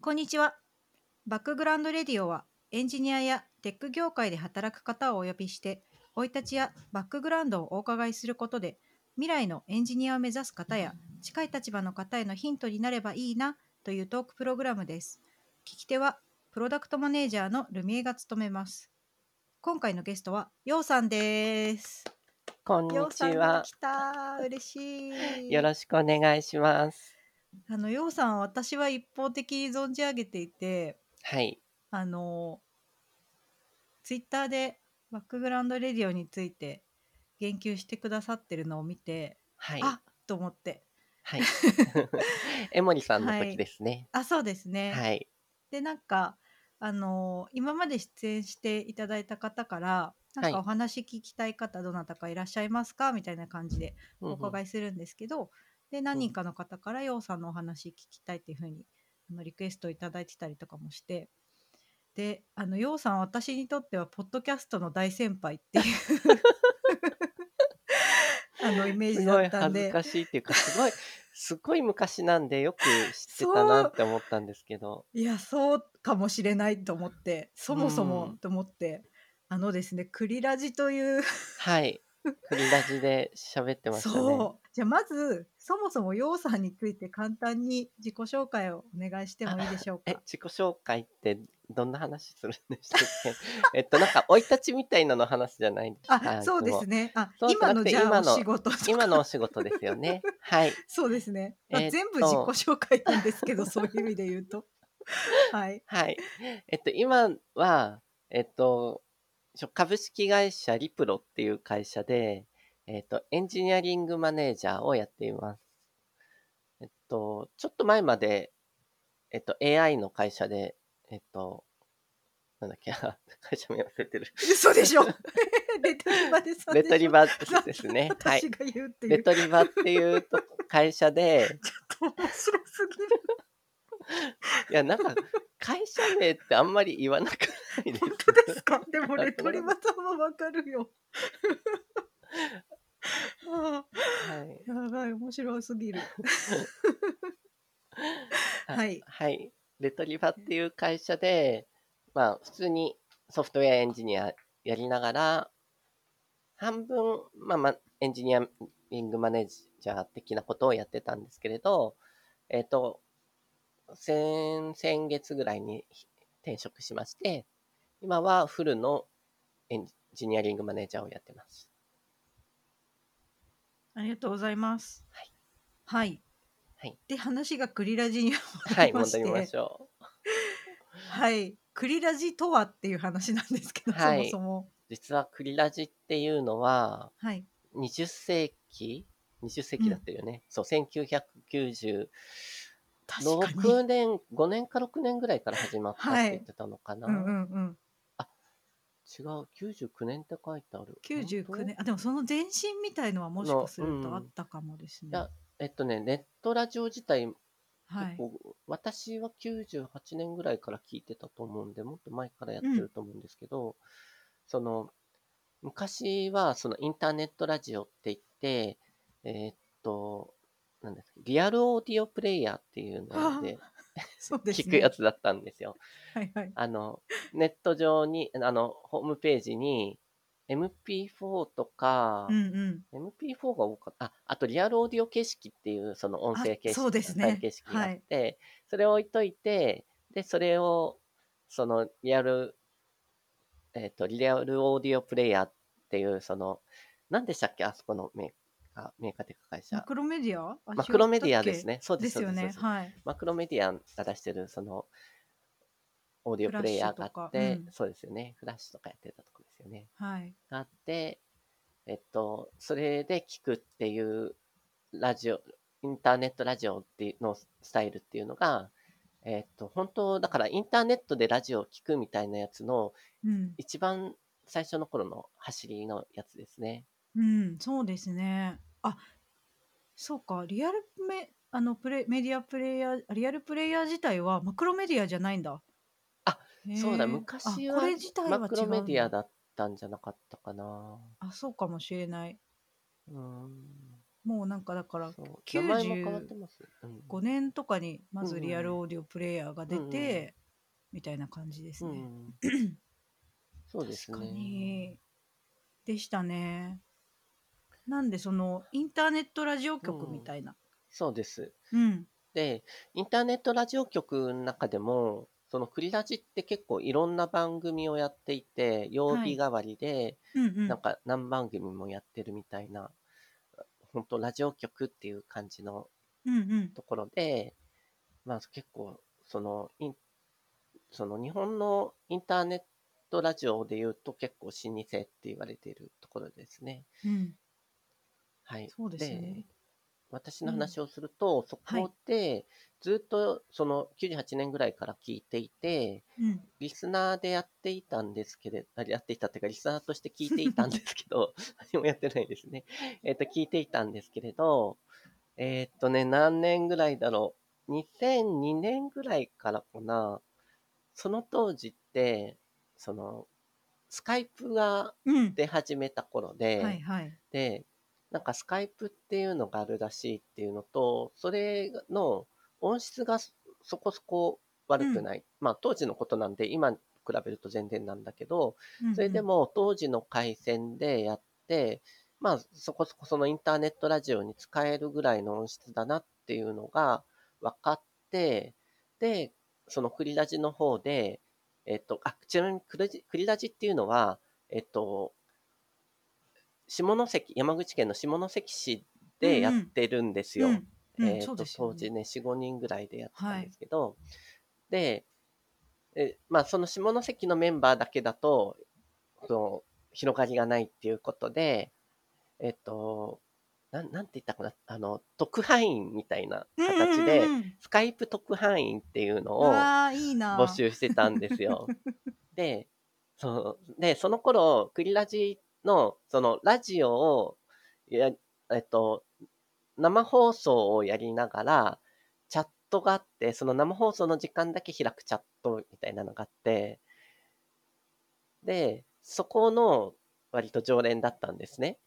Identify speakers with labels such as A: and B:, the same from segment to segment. A: こんにちは。バックグラウンドレディオはエンジニアやテック業界で働く方をお呼びして、生い立ちやバックグラウンドをお伺いすることで、未来のエンジニアを目指す方や近い立場の方へのヒントになればいいなというトークプログラムです。聞き手はプロダクトマネージャーのルミエが務めます。今回のゲストはようさんです。
B: こんに
A: よう
B: ち
A: さんが
B: は
A: 来。た。嬉しい。
B: よろしくお願いします。
A: あのようさん私は一方的に存じ上げていて
B: はい。
A: あのツイッターでバックグラウンドレディオについて言及してくださってるのを見て、
B: はい。
A: あっと思って
B: はい。江森さんの
A: はい
B: 時ですね。
A: あそうですね、
B: はい。
A: でなんかあの今まで出演していただいた方からなん
B: はい
A: かお話聞きたい方どなたかいらっしゃいますかみたいな感じでお伺
B: い。
A: いするんですけど、で何人かの方からようさんのお話聞きたいっていうふうにあのリクエストをいただいてたりとかもしてであのようさん私にとってはポッドキャストの大先輩って いうあのイメー
B: す
A: ジ
B: ご
A: だ
B: い
A: ったん
B: 恥ず
A: で
B: かしいっていうか、すごい、 すごい昔なんでよく知ってたなって思ったんですけど。
A: いやそうかもしれないと思ってそもそうも
B: ん
A: と思って、あのですねクリラジという
B: はい。繰り出しで喋ってましたね。
A: そうじゃあまずそもそもようさんについて簡単に自己紹介をお願いしてもいいでしょう
B: え
A: か、
B: 自己紹介ってどんな話するんでしたっけ えっと、なんか、生い立ちみたいなの話じゃないんですか
A: あ、そうです。ね。あ、
B: そうじゃ
A: 今
B: な
A: の
B: くて
A: じゃあ
B: 今
A: お
B: の
A: 仕事とか
B: いつも今のお仕事ですよね。はい。
A: そうですね。まあ
B: えーっと
A: 全部自己紹介なんですけど、そういう意味で言うと。 はい。
B: はい。えっと、今は、えっと、しょ株式会社リプロっていう会社で、えっと、エンジニアリングマネージャーをやっています。えっと、ちょっと前まで、えっと、AI の会社で、えっと、なんだっけ、あ 会社名忘れてる。
A: 嘘でしょ。 レトリバでさん
B: レ
A: でしょ。
B: トリバですね。はい
A: 私。が言うってい
B: レ
A: う。ちょ
B: トリバっていうと会 社で、
A: っと面白すぎる。
B: いや、なんか、会社名ってあんまり言わなくないです
A: 本当です か。でもレトリバさんはわかるよ。 あ
B: はい
A: あ、やばい、面白すぎる。
B: あ
A: はい
B: はい。レトリバっていう会社で、まあ、普通にソフトウェアエンジニアやりながら、半分、まあ、まエンジニアリングマネージャー的なことをやってたんですけれど、えっ、と、先、先月ぐらいに転職しまして、今はフルのエンジニアリングマネージャーをやってます。
A: ありがとうございます。
B: はい。
A: はい。
B: はい
A: で、話がクリラジに
B: はい、
A: 戻
B: 戻
A: り
B: り
A: ま
B: ま
A: し
B: しょう。
A: はい。クリラジとはっていう話なんですけど、
B: はい
A: そもそも。
B: 実はクリラジっていうのは、
A: はい。
B: 20世紀 ?20 世紀だったよね。そう、1996
A: 確かに。
B: 年、5年か6年ぐらいから始まったっ
A: はい
B: て言ってたのかな。
A: うんうんうん。
B: 違う、99年って書いてある。
A: 99
B: 本
A: 年。あ、でもその前身みたいのはもしかする
B: う
A: と
B: ん
A: あったかもですね。
B: や当。えっとね、ネットラジオ自体、
A: はい
B: 結。構私は98年ぐらいから聞いてたと思うんで、もっと前からやってると思うんですけど、その、昔はそのインターネットラジオって言って、えーっと、なんですか、リアルオーディオプレイヤーっていうので、
A: そうですね。
B: 聞くやつだったんですよ。
A: はいはい。
B: あの、ネット上に、あの、ホームページに、MP4 とか
A: う、んうん。
B: MP4 が多かった。あ、あとリアルオーディオ形式っていう、その音声形式、
A: あそうですね
B: 音声形式があって、それを置いといて、で、それを、そのリアル、えっ、と、リアルオーディオプレイヤーっていう、その、何でしたっけあそこのメーカー、メーカーっていうか会
A: マ
B: 社。
A: クロメディアあ
B: マクロメディアです。ね。そう
A: 違ったっけですすよ
B: で、そうです。そうで
A: ね
B: す。
A: はい。
B: マクロメディアが出してる、その、オーディオプレイヤーがあっ
A: フラッシュとか
B: て
A: う、ん
B: そうですよね。フラッシュとかやってたとこですよね。
A: はい。
B: があって、えっと、それで聞くっていうラジオ、インターネットラジオっていうのスタイルっていうのが、えっと、本当、だからインターネットでラジオを聞くみたいなやつの
A: うん。
B: 一番最初の頃の走りのやつですね。
A: うん、そうですね。あ、そうか。リアルメ、あの、プレ、メディアプレイヤー、リアルプレイヤー自体はマクロメディアじゃないんだ。
B: あ、
A: へー
B: そうだ、
A: あ
B: 昔
A: こ
B: は
A: れ自体は違う
B: マクロメディア
A: んだ。
B: だったんじゃなかったかな。
A: あ、そうかもしれない。
B: うん。
A: もうなんかだから
B: そう
A: 90
B: 名前も変わってます。うん
A: 5年とかにまずリアルオーディオプレイヤーが出
B: うんうんう
A: て、みたいな感じです
B: う
A: ね。
B: ん、そうですね。
A: 確かに。でしたね。なんでそのインターネットラジオ局みたいな。
B: そうです。
A: うん。
B: で、インターネットラジオ局の中でも、その繰りラジって結構いろんな番組をやっていて、曜日代わりで、
A: うんうん。
B: なんか何番組もやってるみたいな、本当ラジオ局っていう感じの
A: うんうん。
B: ところで、まあ結構、その、インその日本のインターネットラジオで言うと結構老舗って言われているところですね。
A: うん。
B: はい。
A: そうですね。
B: 私の話をすると、そこでずっとその98年ぐらいから聞いていて、
A: うん。
B: リスナーでやっていたんですけれど、やっていたっていうか、リスナーとして聞いていたんですけど、 何もやってないですね。えっ、と、聞いていたんですけれど、えっ、とね、何年ぐらいだろう。2002年ぐらいからかな。その当時って、その、スカイプが
A: うん。
B: 出始めた頃で、
A: はいはい。
B: で、なんかスカイプっていうのがあるらしいっていうのと、それの音質がそそこそこ悪くない。まあ当時のことなんで、今に比べると全然なんだけど、
A: うんうん
B: それで。も当時の回線でやって、まあそこそこそのインターネットラジオに使えるぐらいの音質だなっていうのが分かって、で、そのクリラジの方で、えっと、あ、ちなみにクリジクリラジっていうのは、えっと、下関、山口県の下関市でやってるんですよ。
A: うんうん
B: えー
A: そう
B: と
A: ですよ
B: 当
A: ね
B: 時ね45人ぐらいでやってた
A: は
B: ん
A: い
B: ですけど、でえまあその下関のメンバーだけだとその広がりがないっていうことでえっとなんなんて言ったかなあの特派員みたいな形で、
A: うんうんうん
B: スカイプ特派員っていうの
A: う
B: を
A: わあいいな。
B: 募。集してたんですよ。で、そう。で、その頃、クリラジの、その、ラジオを、や、えっと、生放送をやりながら、チャットがあって、その生放送の時間だけ開くチャットみたいなのがあって、で、そこの、割と常連だったんですね。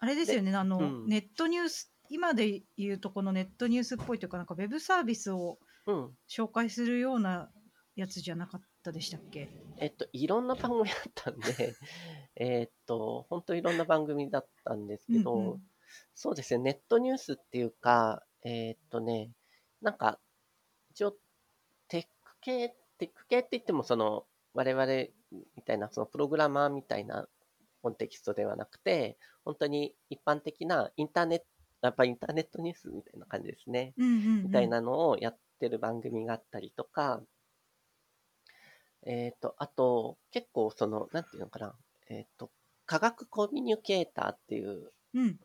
A: あれですよね。あの、
B: うん
A: ネットニュース今で言うとこのネットニュースっぽいというかなんかウェブサービスを
B: うん。
A: 紹介するようなやつじゃなかったでしたっけ？
B: えっと、いろんな番組だった んで、えっと、本当いろんな番組だったんですけど、
A: うんうん
B: そうですね、ネットニュースっていうか、えーっとね、なんか、一応、テック系、テック系って言っても、その、我々みたいな、そのプログラマーみたいなコンテキストではなくて、本当に一般的なインターネット、やっぱインターネットニュースみたいな感じですね。
A: うんうんうん。
B: みたいなのをやってる番組があったりとか、えっ、と、あと、結構その、なんていうのかな、えっ、と、科学コミュニケーターっていう、
A: うん。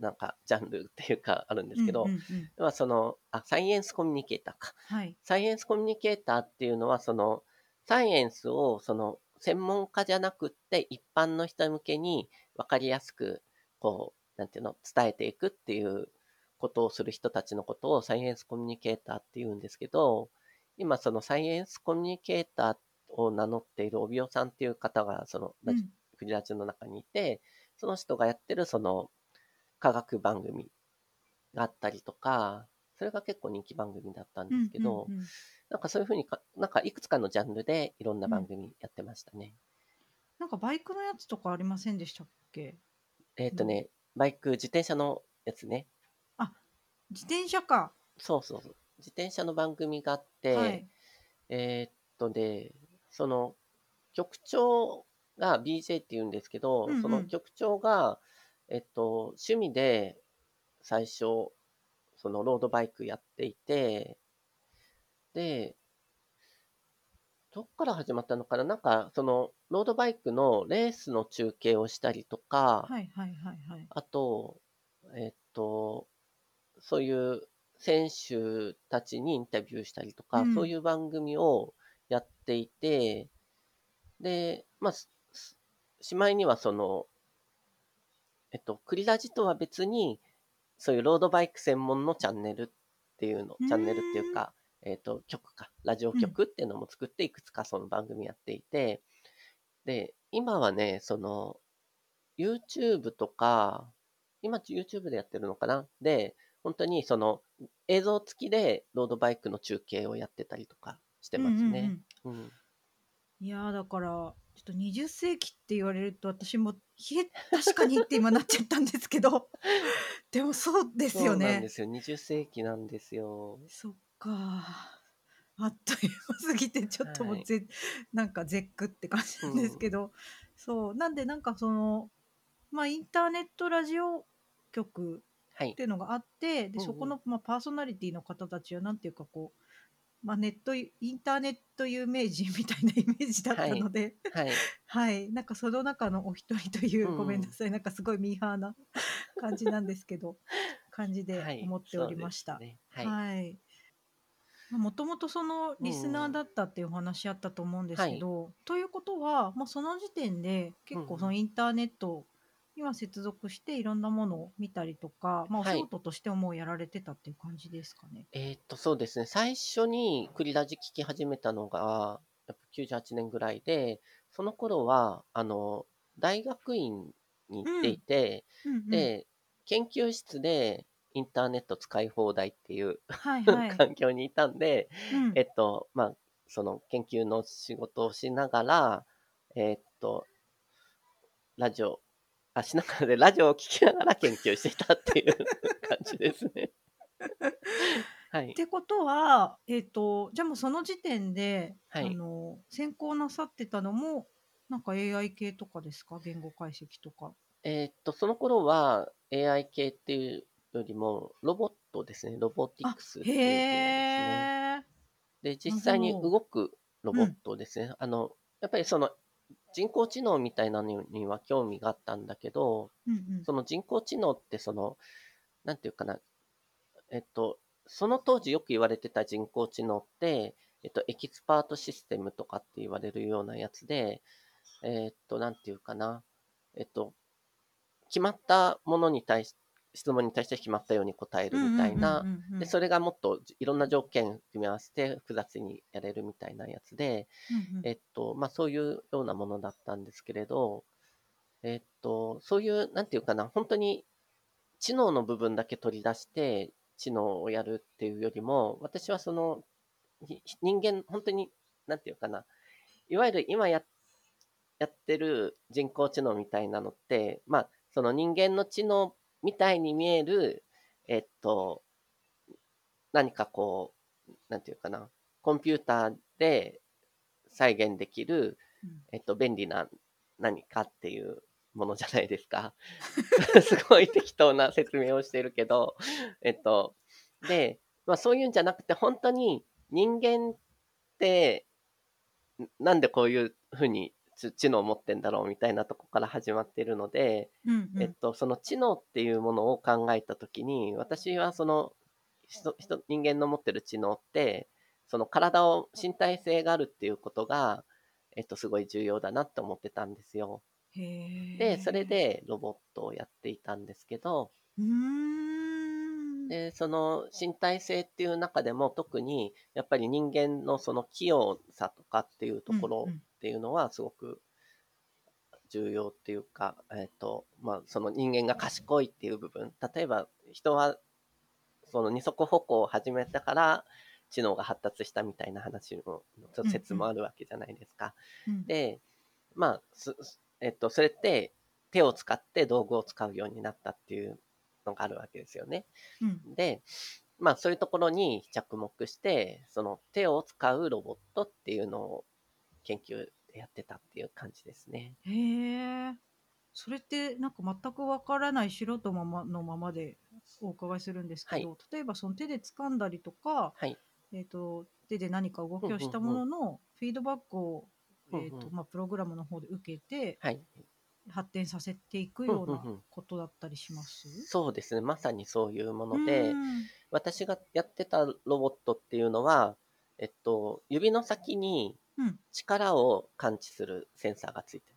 B: なんか、ジャンルっていうか、あるんですけど、
A: うんうんうん
B: まあその、あ、サイエンスコミュニケーターか。
A: はい。
B: サイエンスコミュニケーターっていうのは、その、サイエンスを、その、専門家じゃなくって、一般の人向けに分かりやすく、こう、なんていうの、伝えていくっていうことをする人たちのことをサイエンスコミュニケーターっていうんですけど、今、そのサイエンスコミュニケーターを名乗っている帯尾さんっていう方が、その、
A: うん
B: クリラジの中にいて、その人がやってるその科学番組があったりとか、それが結構人気番組だったんですけど、
A: うんうんうん
B: なんかそういうふうにか、なんかいくつかのジャンルでいろんな番組やってましたね。
A: なんかバイクのやつとかありませんでしたっけ
B: えっ、とね、バイク、自転車のやつね。
A: 自転車か、
B: そうそうそう。自転車の番組があって、
A: はい
B: えーっとね、その局長が BJ って言うんですけど、
A: うんうん
B: その局長が、えっと、趣味で最初、そのロードバイクやっていて、で、どっから始まったのかななんか、その、ロードバイクのレースの中継をしたりとか、
A: はいはいはいはい
B: あと、えっと、そういう選手たちにインタビューしたりとか、
A: うん
B: そういう番組をやっていて、で、まあ、すすしまいにはその、えっと、クリラジとは別に、そういうロードバイク専門のチャンネルっていうの
A: うー、ん
B: チャンネルっていうか、えっと、曲か、ラジオ局っていうのも作って、いくつかその番組やっていて、で、今はね、その、YouTube とか、今 YouTube でやってるのかなで、本当にその映像付きでロードバイクの中継をやってたりとかしてま
A: うんう
B: す
A: んう
B: ね。
A: ん
B: うん
A: いやーだからちょっと20世紀って言われると私もひえ確かにって今なっちゃったんですけ どでもそうです
B: そ
A: よ
B: うなんで
A: ね
B: すよ。20世紀なんですよ。
A: そっかーあっという間すぎてちょっともう
B: はい
A: ぜ、なんか絶句って感じなんですけど、そうなんでなんかそのまあインターネットラジオ局
B: はい
A: って。いうのがあって
B: うんう
A: で
B: ん
A: そこの、まあ、パーソナリティの方たちはなんていうかこう、まあ、ネットイインターネット有名人みたいなイメージだったので、
B: はい。
A: はい、なんかその中のお一人という、
B: うん
A: ごめんなさい、なんかすごいミーハーな感じなんですけど、感じ で
B: はい
A: 思っておりました。は
B: そうで
A: い
B: すねはい。
A: まあもともとそのリスナーだったっていうお話あったと思うんですけど、ということは、まあ、その時点で結
B: う
A: 構
B: ん
A: そのインターネットには接続していろんなものを見たりとか、まあ、お
B: はい
A: 仕事としてももうやられてたっていう感じですかね。
B: えーっと、そうですね。最初に繰りラジ聞き始めたのが、やっぱ98年ぐらいで、その頃は、あの、大学院に行っていて、
A: うんうん、
B: で、研究室でインターネット使い放題っていう
A: はいはい。
B: 環境にいたんで、
A: うん
B: えっと、まあ、その研究の仕事をしながら、えっと、ラジオ、あ、しながらで、ラジオを聞きながら研究してたっていう 感じですね。はい
A: っ。てことは、えっとじゃあもうその時点で、
B: はい
A: あの専攻なさってたのもなんか AI 系とかですか言語解析とか。
B: えっと、その頃は AI 系っていうよりも、ロボットですね。ロボティクスって
A: へ
B: いう分野ですね。
A: え、
B: で、実際に
A: なるほ
B: 動くロボットですね。あの、やっぱりその、人工知能みたいなのには興味があったんだけど、
A: うんうん
B: その人工知能ってその、なんていうかな、えっと、その当時よく言われてた人工知能って、えっと、エキスパートシステムとかって言われるようなやつで、えっと、なんていうかな、えっと、決まったものに対し、質問に対して決まったように答えるみたいな、
A: うんうんうんうんうん
B: でそれがもっといろんな条件組み合わせて複雑にやれるみたいなやつで、
A: うんうん
B: えっと、まあ、そういうようなものだったんですけれど、えっと、そういう、なんていうかな、本当に知能の部分だけ取り出して、知能をやるっていうよりも、私はその、ひ人間、本当に、なんていうかな、いわゆる今ややってる人工知能みたいなのって、まあ、その人間の知能みたいに見える、えっと、何かこう、なんていうかな、コンピューターで再現できる、
A: うん
B: えっと、便利な何かっていうものじゃないで すか。 すごい適当な説明をしてるけど、えっと、で、まあそういうんじゃなくて、本当に人間って、んなんでこういうふうに知知能を持ってんだろうみたいなとこから始まってるので、
A: うんうん
B: えっと、その知能っていうものを考えたときに、私はその人人人間の持ってる知能って、その体を身体性があるっていうことが、えっと、すごい重要だなって思ってたんですよ。
A: へえ
B: で、それでロボットをやっていたんですけど、
A: うーん
B: で、その身体性っていう中でも特に、やっぱり人間のその器用さとかっていうところ
A: うんうん
B: っていうのはすごく重要っていうか、えっ、と、まあ、その人間が賢いっていう部分。例えば、人は、その二足歩行を始めたから、知能が発達したみたいな話も、ちょっと説もあるわけじゃないですか。
A: うん
B: で、まあ、すすえっと、それって、手を使って道具を使うようになったっていうのがあるわけですよね。
A: うん
B: で、まあそういうところに着目して、その手を使うロボットっていうのを研究でやってたっていう感じですね。
A: へえそれってなんか全くわからない素人ままのままでお伺いするんですけど、例えばその手で掴んだりとか、
B: はい。
A: えー、と手で何か動きをしたもののフィードバックを、
B: うんうん
A: えーとまあ、プログラムの方で受けて
B: はい。
A: 発展させていくような
B: うんうんうん
A: ことだったりします
B: そうですね。まさにそういうも
A: う
B: の
A: ん
B: で、私がやってたロボットっていうのは、えっと、指の先に
A: うん
B: 力を感知するセンサーがついてる。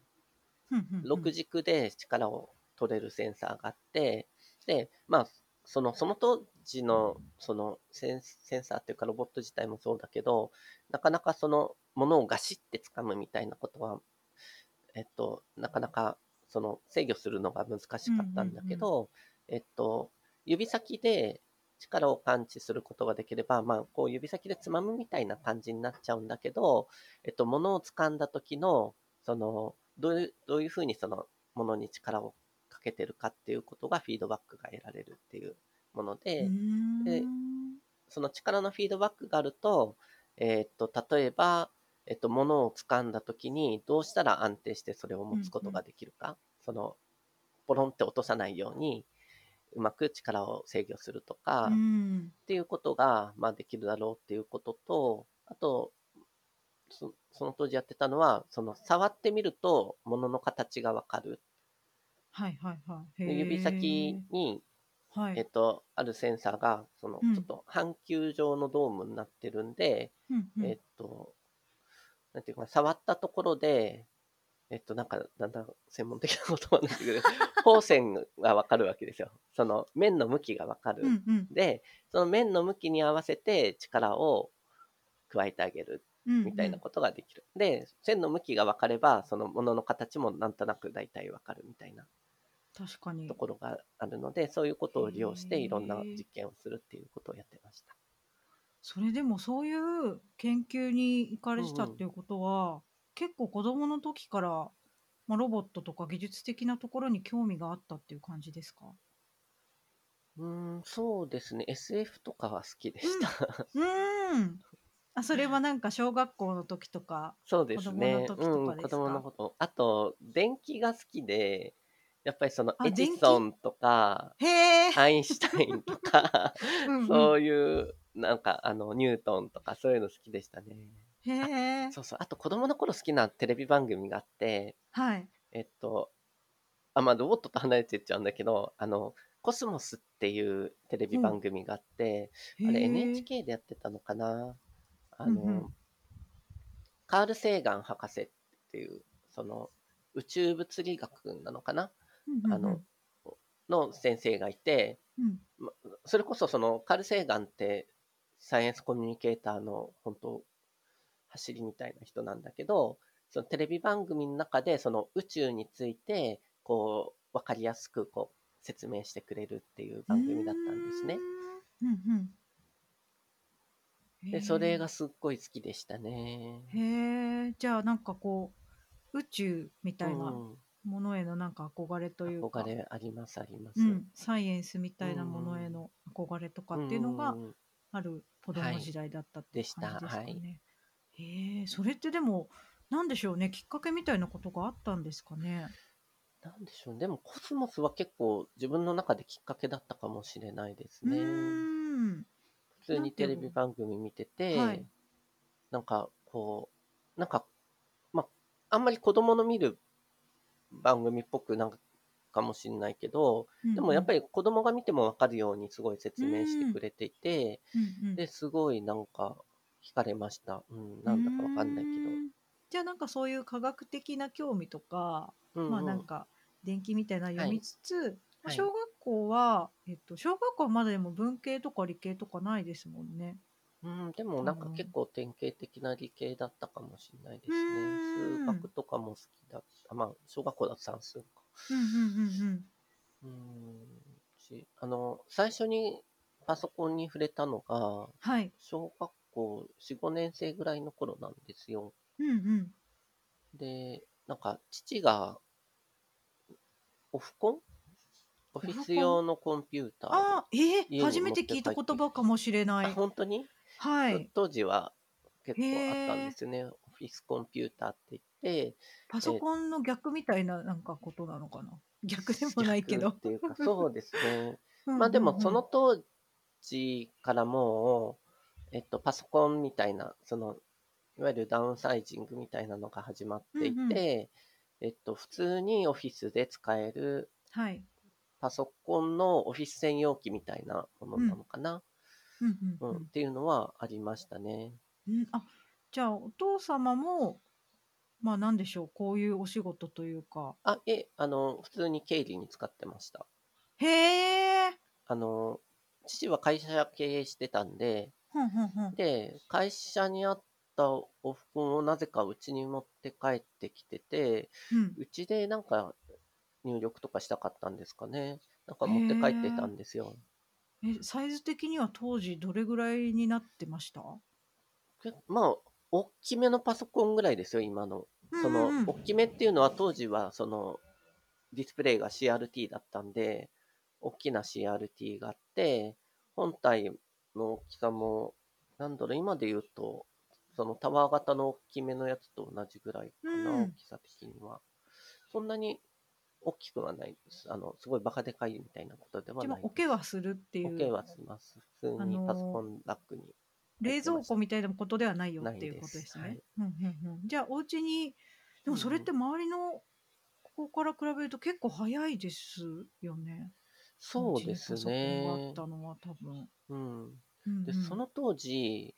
A: うんうんうん
B: 6軸で力を取れるセンサーがあって、で、まあ、その、その当時の、そのセン、センサーっていうかロボット自体もそうだけど、なかなかその、ものをガシって掴むみたいなことは、えっと、なかなか、その、制御するのが難しかったんだけど、えっと、指先で力を感知することができれば、まあ、こう指先でつまむみたいな感じになっちゃうんだけど、えっと、物を掴んだ時の、その、どういう、どういうふうにその、物に力をかけてるかっていうことがフィードバックが得られるっていうもので、でその力のフィードバックがあると、えーっと、例えば、えっと、物を掴んだ時に、どうしたら安定してそれを持つことができるか、その、ポロンって落とさないように、うまく力を制御するとか、
A: う
B: っ
A: ん
B: ていうことが、まあ、できるだろうっていうことと、あと、そその当時やってたのは、その、触ってみると、物の形がわかる。
A: はいはいはい。へー
B: 指先に
A: はい。
B: えっと、あるセンサーが、その、
A: うん
B: ちょっと半球状のドームになってるんで、
A: うんうん
B: えっと、なんていうかな、触ったところで、えっと、なんか、だんだん専門的なことはなって くる。光線がわかるわけですよ。その、面の向きがわかる。
A: うんうん
B: で、その面の向きに合わせて力を加えてあげる
A: うん
B: みたいなことができる。で、線の向きがわかれば、そのものの形もなんとなく大体わかるみたいな。
A: と確かに
B: ところがあるので、そういうことを利用して
A: へー
B: いろんな実験をするっていうことをやってました。
A: それでもそういう研究に行かれてた
B: うんうん
A: っていうことは、結構子供の時から、まあ、ロボットとか技術的なところに興味があったっていう感じです か
B: うーん、そうですね。SF とかは好きでした。
A: うーんあそれはなんか小学校の時とか
B: そうですね。
A: 子供の時と
B: う
A: か
B: ん、
A: ですか
B: 子供のこと。あと、電気が好きで、やっぱりその
A: あ
B: エジソンとか、
A: へえ、
B: アインシュタインとか、
A: うんうん
B: そう いう、なんか、あの、ニュートンとか、そういうの好きでしたね。
A: へえ
B: そうそう。あと、子供の頃好きなテレビ番組があって、
A: はい
B: えっと、あ、まあ、ロボットと離れてっちゃうんだけど、あの、コスモスっていうテレビ番組があって、あ
A: へ
B: れ
A: え
B: NHK でやってたのかなあの、
A: うんうん
B: カール・セーガン博士っていう、その、宇宙物理学なのかな
A: うんうんうん
B: あのの先生がいて、
A: うん
B: それこそそのカール・セーガンってサイエンスコミュニケーターの本当走りみたいな人なんだけどそのテレビ番組の中でその宇宙についてこう分かりやすくこう説明してくれるっていう番組だったんですね。
A: うんうん
B: でそれ
A: へ
B: がすっごい好きでしたね。
A: えへえじゃあなんかこう宇宙みたいな
B: うん
A: ものへのなんか憧れというか、
B: 憧れありますあります。
A: うん、サイエンスみたいなものへの憧れとかっていうのが
B: ん
A: ある子供時代だったっていう感じですか
B: でし
A: ね。へえそれってでもなんでしょうねきっかけみたいなことがあったんですかね。
B: なんでしょうでもコスモスは結構自分の中できっかけだったかもしれないですね。
A: うーん
B: 普通にテレビ番組見てて、
A: はい
B: なんかこう、なんか、まあ、あんまり子供の見る番組っぽくなんかかもしれないけど、でもやっぱ
A: り、
B: り子供が見てもわかるようにすごい説明してくれていて、
A: うんうん
B: ですごいなんか惹かれました。うん、なんだかわかんないうけ
A: ーんじゃあなんかそういう科学的な興味とか、
B: ど。
A: まあなんか電気みたいなの読みつつ、まあ
B: はい
A: 小学校は、えっと、小学校はまだでも文系とか理系とかないですもんね。
B: うん、うん、でもなんか結構典型的な理系だったかもしれないです
A: うん
B: ね。数学とかも好きだった。まあ、小学校だと算数か。
A: うんうんうんうん
B: うーんしあの最初にパソコンに触れたのが
A: はい。
B: 小学校45年生ぐらいの頃なんですよ
A: うんうん。
B: でなんか父がオフコンオフィス用のコンピューター
A: あーえ
B: 家
A: ー、
B: に
A: 初めて聞いた言葉かもしれ
B: あ
A: ない。
B: 本当に、
A: はい。
B: 当時は結構あったんですよねオフィスコンピューターって言 って
A: パソコンの逆みたいななんかことなのかな。逆でもないけ
B: 逆
A: ど
B: っ。ていうかそうですね
A: うんうんうん
B: まあでもその当時からもう、えっと、パソコンみたいな、その、いわゆるダウンサイジングみたいなのが始まってい
A: う
B: て、
A: んうん
B: えっと、普通にオフィスで使える
A: はい。
B: パソコンのオフィス専用機みたいなものなのかな、
A: うんう
B: うんん
A: うん。
B: っていうのはありましたね。
A: うん、あじゃあお父様もまあ何でしょうこういうお仕事というか
B: あ、え、あの、普通に経理に使ってました。
A: へえ
B: あの、父は会社経営してたんで、
A: ふんふんふん
B: で、会社にあったオフコンをなぜかうちに持って帰ってきてて、
A: うん
B: うちでなんか入力とかしたかったんですかね。なんか持って帰ってたんですよ。
A: えサイズ的には当時どれぐらいになってました
B: けまあ、大きめのパソコンぐらいですよ、今の。その、
A: うんうんうん
B: 大きめっていうのは当時は、その、ディスプレイが CRT だったんで、大きな CRT があって、本体の大きさも、なんだろう、今で言うと、そのタワー型の大きめのやつと同じぐらいかな、
A: うん
B: 大きさ的には。そんなに大きくはないです。あの、すごいバカでかいみたいなことでは
A: で
B: な
A: も
B: い。
A: おけはするってい
B: オッケー
A: う
B: はします。普通にパソコンラックに。
A: 冷蔵庫みたいなことではないよっていう
B: ない
A: こ
B: です
A: とですね。
B: はい
A: うんうんうん、じゃあお家にでもそれって周りのここから比べると結構早いですよね。
B: そうですね。
A: お家にパソコンがあったのは多分。
B: うん。
A: うんうん
B: で、その当時、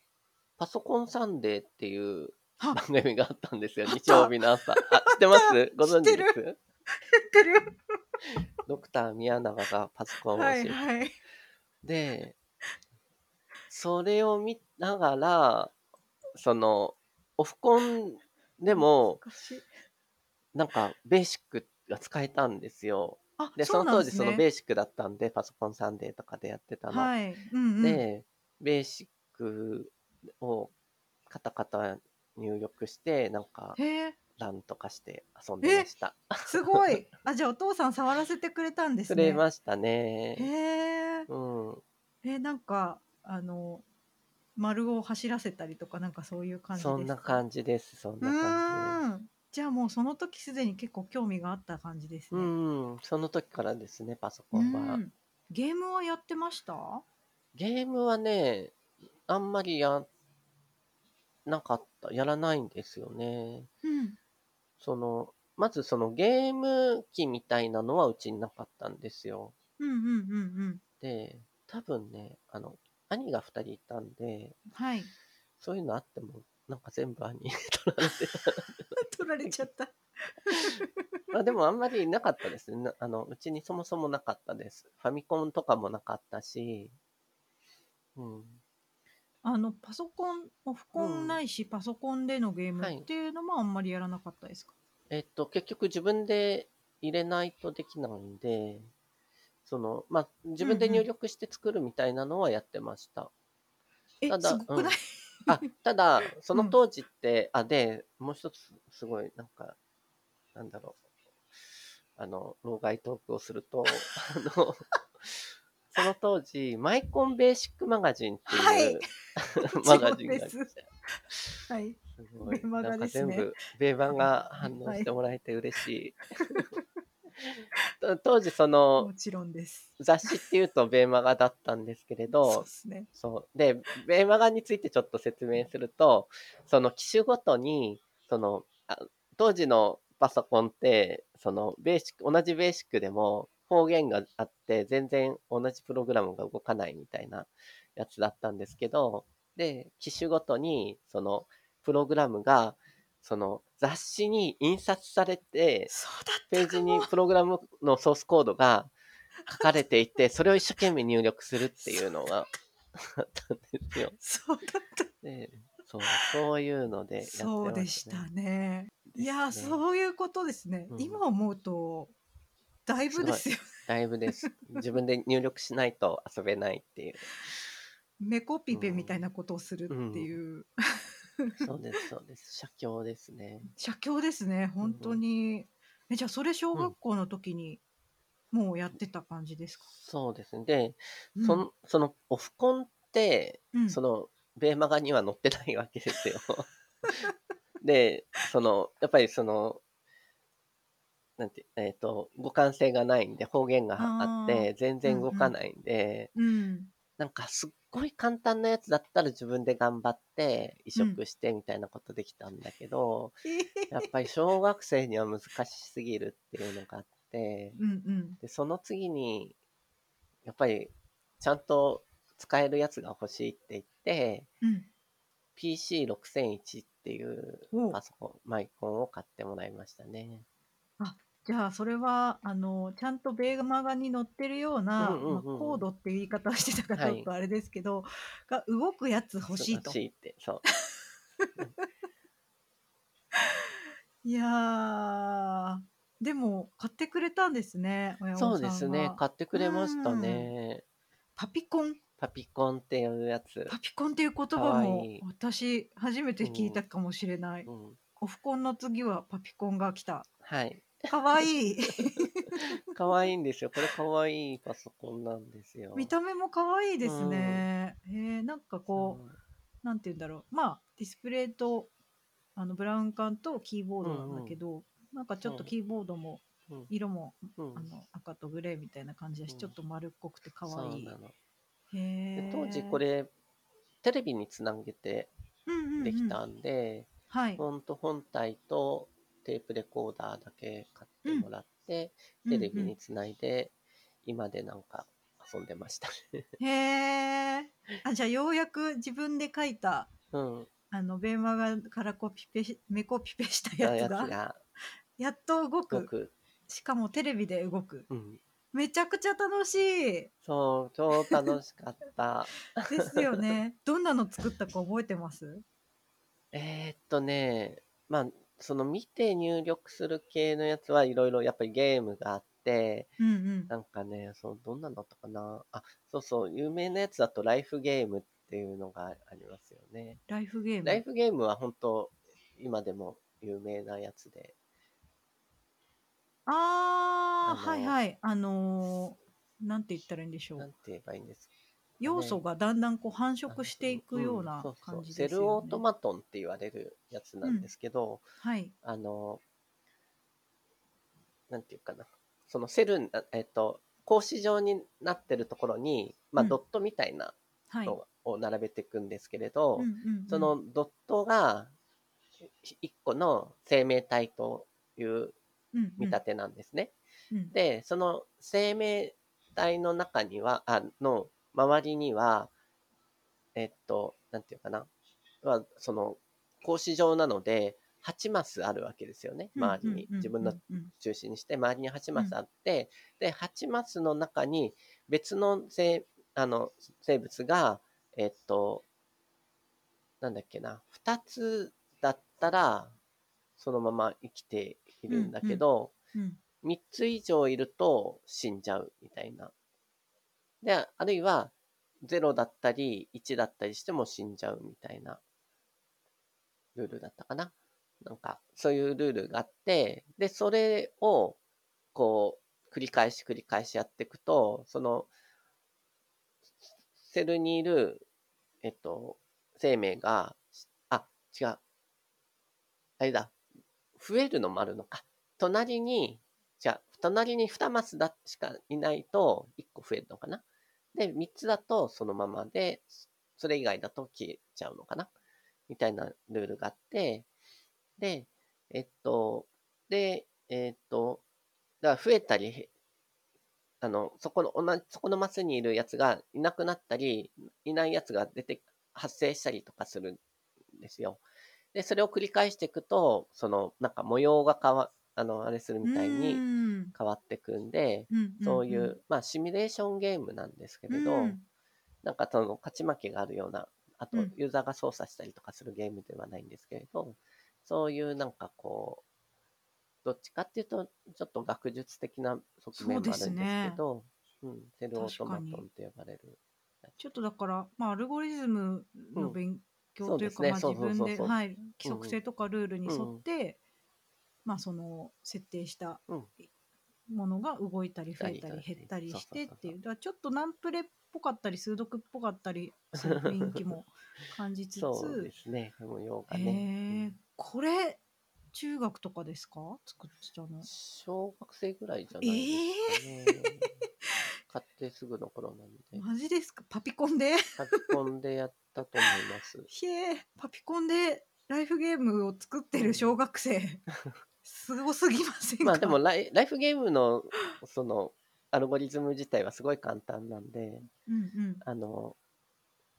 B: パソコンサンデーっていう
A: あ
B: 番組があったんですよ、
A: あった
B: 日曜日の朝。あ、知ってますご存知で
A: 知っ
B: す
A: 知ってる
B: ドクター宮永がパソコンを教
A: は
B: え
A: い
B: て、
A: はい。
B: で、それを見ながら、その、オフコンでも、
A: 懐かしい
B: なんか、ベーシックが使えたんですよ。
A: あ
B: で、
A: そ
B: そうの
A: なん
B: 当
A: で
B: 時
A: す
B: その
A: ね。
B: ベーシックだったんで、パソコンサンデーとかでやってたの。
A: はい。うんうん、
B: で、ベーシックをカタカタ入力して、なんか、
A: へえ
B: ランとかして遊んでました。
A: すごい。あじゃあお父さん触らせてくれたんです
B: 釣
A: ね。
B: れましたね。
A: へえ。
B: うん。
A: えなんかあの丸を走らせたりとかなんかそういう感じです
B: そ
A: か。
B: んな感じです。そん
A: う
B: な感じで
A: ーんじゃあもうその時すでに結構興味があった感じです
B: す。う
A: ね。
B: ん、その時からですね、パソコ
A: う
B: ンは。
A: んゲームはやってました
B: ゲームはね、あんまりや、なかった、やらないんですよね。
A: うん。
B: その、まずそのゲーム機みたいなのはうちになかったんですよ。
A: うんうんうんうん。
B: で、多分ね、あの、兄が二人いたんで、
A: はい。
B: そういうのあっても、なんか全部兄 に取られて、
A: 取られちゃった。
B: まあでもあんまりなかったですね。なあの、うちにそもそもなかったです。ファミコンとかもなかったし、うん。
A: あのパソコンオフコンないし、パソコンでのゲーム
B: はい
A: っていうのもあんまりやらなかったですか、
B: えっと、結局自分で入れないとできないんで、その、まあ、自分で入力して作るみたいなのはやってました。た
A: え
B: だ
A: すごくない、
B: あ、ただ、その当時って、あ、で、もう一つ、すごい、なんか、なんだろう。あの、老害トークをする と、あの、その当時、マイコンベーシックマガジンっていう、 マガジンがありました。
A: はい。
B: すごい。
A: 米マ
B: な
A: ガ
B: んか
A: ですね
B: 全部、米版が反応してもらえて嬉し い。と当時、その
A: も、ちろんです。
B: 雑誌っていうと米マガだったんですけれ
A: そう
B: ど
A: で、すね。
B: そう。で、ベーマガについてちょっと説明すると、その機種ごとに、その、あ当時のパソコンって、その、ベーシック、同じベーシックでも方言があって、全然同じプログラムが動かないみたいなやつだったんですけど、で、機種ごとに、その、プログラムが、その、雑誌に印刷されて、
A: そうだ
B: ページにプログラムのソースコードが書かれていて、それを一生懸命入力するっていうのがあったんですよ。
A: そうだった。
B: でそうそういうのでやってました、ね。
A: そうでしたね。いやー、
B: ですね
A: そういうことですね。
B: うん
A: 今思うと、だいぶですよ。
B: だいぶです。自分で入力しないと遊べないっていう。
A: メコピペみたいなことをするっていう、
B: そうです、そうです。写経ですね。
A: 写経ですね、本当に。えじゃあ、それ小学校の時に、もうやってた感じですか、
B: そうですね。で、
A: うん
B: その、その、オフコンって、
A: うん
B: その、ベーマガには載ってないわけですよ。で、その、やっぱりその、なんて、えっ、と、互換性がないんで、方言があって、全然動かないんで、
A: うん、
B: なんかすっごい簡単なやつだったら自分で頑張って、移植してみたいなことできたんだけど、やっぱり小学生には難しすぎるっていうのがあって、
A: うんうん。
B: で、その次に、やっぱり、ちゃんと使えるやつが欲しいって言って、
A: うん。
B: PC6001 っていう
A: おう
B: パソコン、マイコンを買ってもらいましたね。
A: じゃあ、それは、あの、ちゃんとベーマガに載ってるような、
B: うんうんうん
A: まあ、コードっていう言い方をしてたから、
B: は
A: ち
B: い
A: ょっとあれですけど、が動くやつ欲しいと
B: 欲。しいって、そう。
A: いやー、でも買ってくれたんですね親御さん
B: そ
A: が
B: うですね。買ってくれましたね。
A: パピコン
B: パピコンっていうやつ。
A: パピコンっていう言葉
B: かわ
A: も
B: いい
A: 私初めて聞いたかもしれない、
B: うん、
A: オフコンの次はパピコンが来 た
B: はい。
A: かわいい
B: かわいいんですよ。これかわいいパソコンなんですよ。
A: 見た目もかわいいですね、えーなんかこう
B: うん
A: なんて言うんだろうまあディスプレイとあのブラウン管とキーボードなんだけど、なんかちょっと
B: うん
A: キーボードも
B: うん
A: 色も、
B: うん
A: あの赤とグレーみたいな感じだし、
B: うん
A: ちょっと丸っこくてかわ
B: そ
A: いうい
B: なの
A: へ
B: で
A: ー
B: 当時これテレビにつなげて
A: うんうんうん
B: できたんで、
A: はい
B: ほんと本体とテープレコーダーだけ買ってもらって、テレビにつないで、今でなんか遊んでました。
A: うんうんへーあじゃあようやく自分で書いた
B: うん、
A: あのベーマがからコピペしメコピペした
B: や
A: やつ
B: やつ
A: が
B: が
A: やっと動く
B: 動く、
A: しかもテレビで動く
B: うん、
A: めちゃくちゃ楽しいで
B: そう超楽しかった
A: すよねどんなの作ったか覚えてます
B: えーっとねまあその見て入力する系のやつはいろいろやっぱりゲームがあって
A: うんうん
B: なんかねそうどんなのだったかなあそうそう有名なやつだとライフゲームっていうのがありますよね
A: ライフゲーム
B: ライフゲームは本当今でも有名なやつで
A: ああ
B: あの
A: はいはいあのーなんて言ったらいいんでしょ
B: なん
A: う
B: て言えばいいんですか
A: 要素がだんだんこう繁殖していくよう
B: あ
A: な
B: のんそうそう
A: 感じです
B: セルオ
A: よ
B: ー
A: ね
B: トマトンって言われるやつなんですけど、
A: はい
B: あの、なんていうかな、そのセルン、あえっと、格子状になってるところに、まあ、
A: うん
B: ドットみたいな
A: はい
B: のを並べていくんですけれど、
A: うんうんうん
B: そのドットが一個の生命体という
A: うんうん
B: 見立てなんですね。
A: うん
B: で、その生命体の中には、あの周りには、えっと、なんていうかな、まあ、その、格子状なので、8マスあるわけですよね、周りに。自分の
A: うんうん
B: 中心にして、周りに8マスあって、で、8マスの中に別の生あの生物が、えっと、なんだっけな、2つだったら、そのまま生きているんだけど、
A: うんうん
B: 3つ以上いると死んじゃうみたいな。で、あるいは0だったり1だったりしても死んじゃうみたいなルールだったかな。なんかそういうルールがあって、で、それをこう繰り返し繰り返しやっていくと、そのセルにいる、えっと、生命が、あ、違う。あれだ。増えるのもあるのか。隣に、じゃあ、隣に2マスだしかいないと1個増えるのかな。で、3つだとそのままで、それ以外だと消えちゃうのかな。みたいなルールがあって、で、えっと、で、えっと、だから増えたり、あの、そこの、同じ、そこのマスにいるやつがいなくなったり、いないやつが出て、発生したりとかするんですよ。で、それを繰り返していくと、その、なんか模様が変わ、あの、あれするみたいうに
A: ん
B: 変わってくんで、そういう、まあ、シミュレーションゲームなんですけれど、
A: うん
B: なんかその勝ち負けがあるような、あと
A: うん
B: ユーザーが操作したりとかするゲームではないんですけれど、そういうなんかこう、どっちかっていうと、ちょっと学術的な側面もあるんです
A: そうです
B: け
A: ね
B: ど、うん、セルオートマト
A: 確
B: ン
A: かに
B: って呼ばれる。
A: ちょっとだから、まあ、アルゴリズムの
B: うん
A: 勉
B: そ
A: 強と
B: う
A: い
B: で
A: う
B: す
A: か、
B: ね
A: まあ、
B: そう
A: 自
B: そうそ
A: 分
B: うそう
A: で、
B: うん
A: はい、規則性とかルールに沿って、まあ、その設定した
B: うん
A: ものが動いたり増えたり減
B: 減
A: っ
B: ったたり
A: り
B: そう
A: し
B: そうそう
A: てっていうだからちょっとナンプレっぽかったり数読っぽかったりす る雰囲気も感じつつ、
B: そうですね、模様が
A: へえ、
B: ね。うん
A: これ中学とかですか作ってたの
B: 小学生ぐらいじゃないですかね。買ってすぐの頃なんで、
A: マジですかパピコンで
B: 書き込んでやったと思います。
A: ひえパピコンでライフゲームを作ってる小学生すごすぎま せんか
B: まあでもライライフゲームのそのアルゴリズム自体はすごい簡単なんで
A: うんうん
B: あの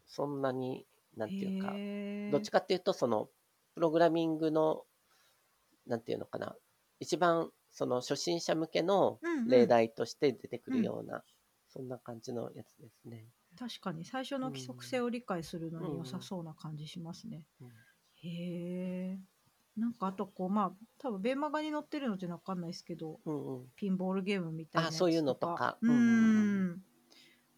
B: そんなになんていうか
A: へえ
B: どっちかっていうとそのプログラミングのなんていうのかな一番その初心者向けの
A: うんうん
B: 例題として出てくるような、そんな感じのやつですね。
A: 確かに最初の規則性を理解するのに良さそうな感じしますね、
B: うん
A: へえなんかあとこうまあ多分ベーマガに載ってるのってわかんないですけど
B: うんうん。
A: ピンボールゲームみたいなやつ
B: あそういうのとか
A: う
B: うん
A: ん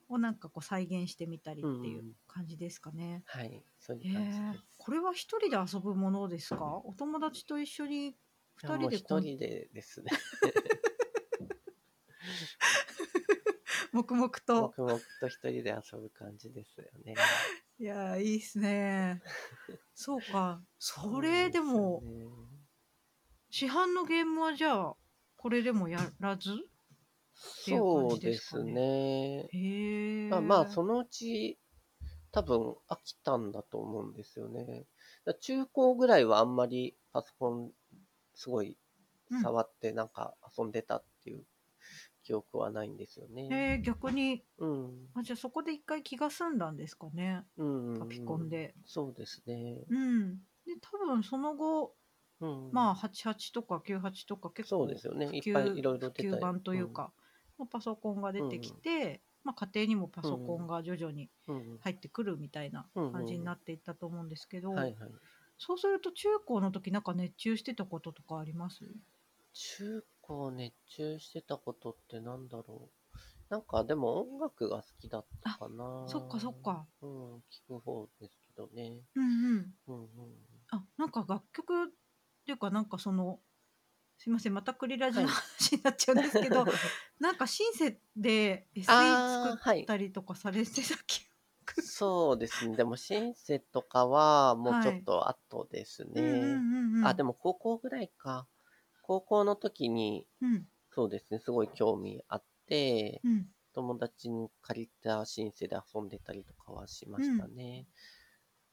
A: をなんかこう再現してみたりってい
B: んう
A: うん感じですかね。
B: はい。そう
A: へ
B: い
A: え
B: う感じです。
A: これは一人で遊ぶものですかお友達と一緒に
B: い
A: 二
B: や
A: 人でこ
B: も
A: う
B: う一人でですね。
A: 黙々と
B: 黙々と一人で遊ぶ感じですよね。
A: いやーいいっす ねそうかそ
B: そう
A: れ
B: す
A: で
B: よね
A: も市販のゲームはじゃあこれでもやらずていう感
B: そう
A: じで
B: です
A: か
B: す
A: ね
B: ね。
A: へえ
B: まあまあ、そのうち、多分飽きたんだと思うんですよね。だから中高ぐらいはあんまりパソコンすごい触ってなんか遊んでたっていう記憶はないんですよね。
A: えー、逆に
B: うん。
A: あじゃあそこで一回気が済んだんですかね
B: うんうんうん
A: パピコン。で。
B: そうですね。
A: うん、で多分その後、
B: うん。
A: まあ
B: あ、
A: 88とか98とか結構
B: そうですよね。いっぱいいろいろ出たり
A: 普及版という、か、まあパソコンが出てきて、まあ、家庭にもパソコンが徐々に
B: うんうん
A: 入ってくるみたいな感じになっていったと思うんですけど、
B: はいはい。
A: そうすると中高の時なんか熱中してたこととかあります
B: 中高熱中してたことってなんだろう。なんかでも音楽が好きだったかな。
A: そっかそっ。か。
B: うん、聞く方ですけどね。
A: うんうん。
B: うんうん。
A: あなんか楽曲っていうかなんかそのすいませんまたクリラジの
B: はい
A: 話になっちゃうんですけど、 なんかシンセで SE 作
B: あ
A: っ
B: あ、はい。
A: たりとかされてた気がす
B: そうですね。でも、シンセとかは、もうちょっと後です
A: る。うんう
B: ね。
A: んうんうん、
B: あ、でも高校ぐらいか。高校の時に、
A: うん
B: そうですね、すごい興味あって、
A: うん
B: 友達に借りたシンセで遊んでたりとかはしましたね。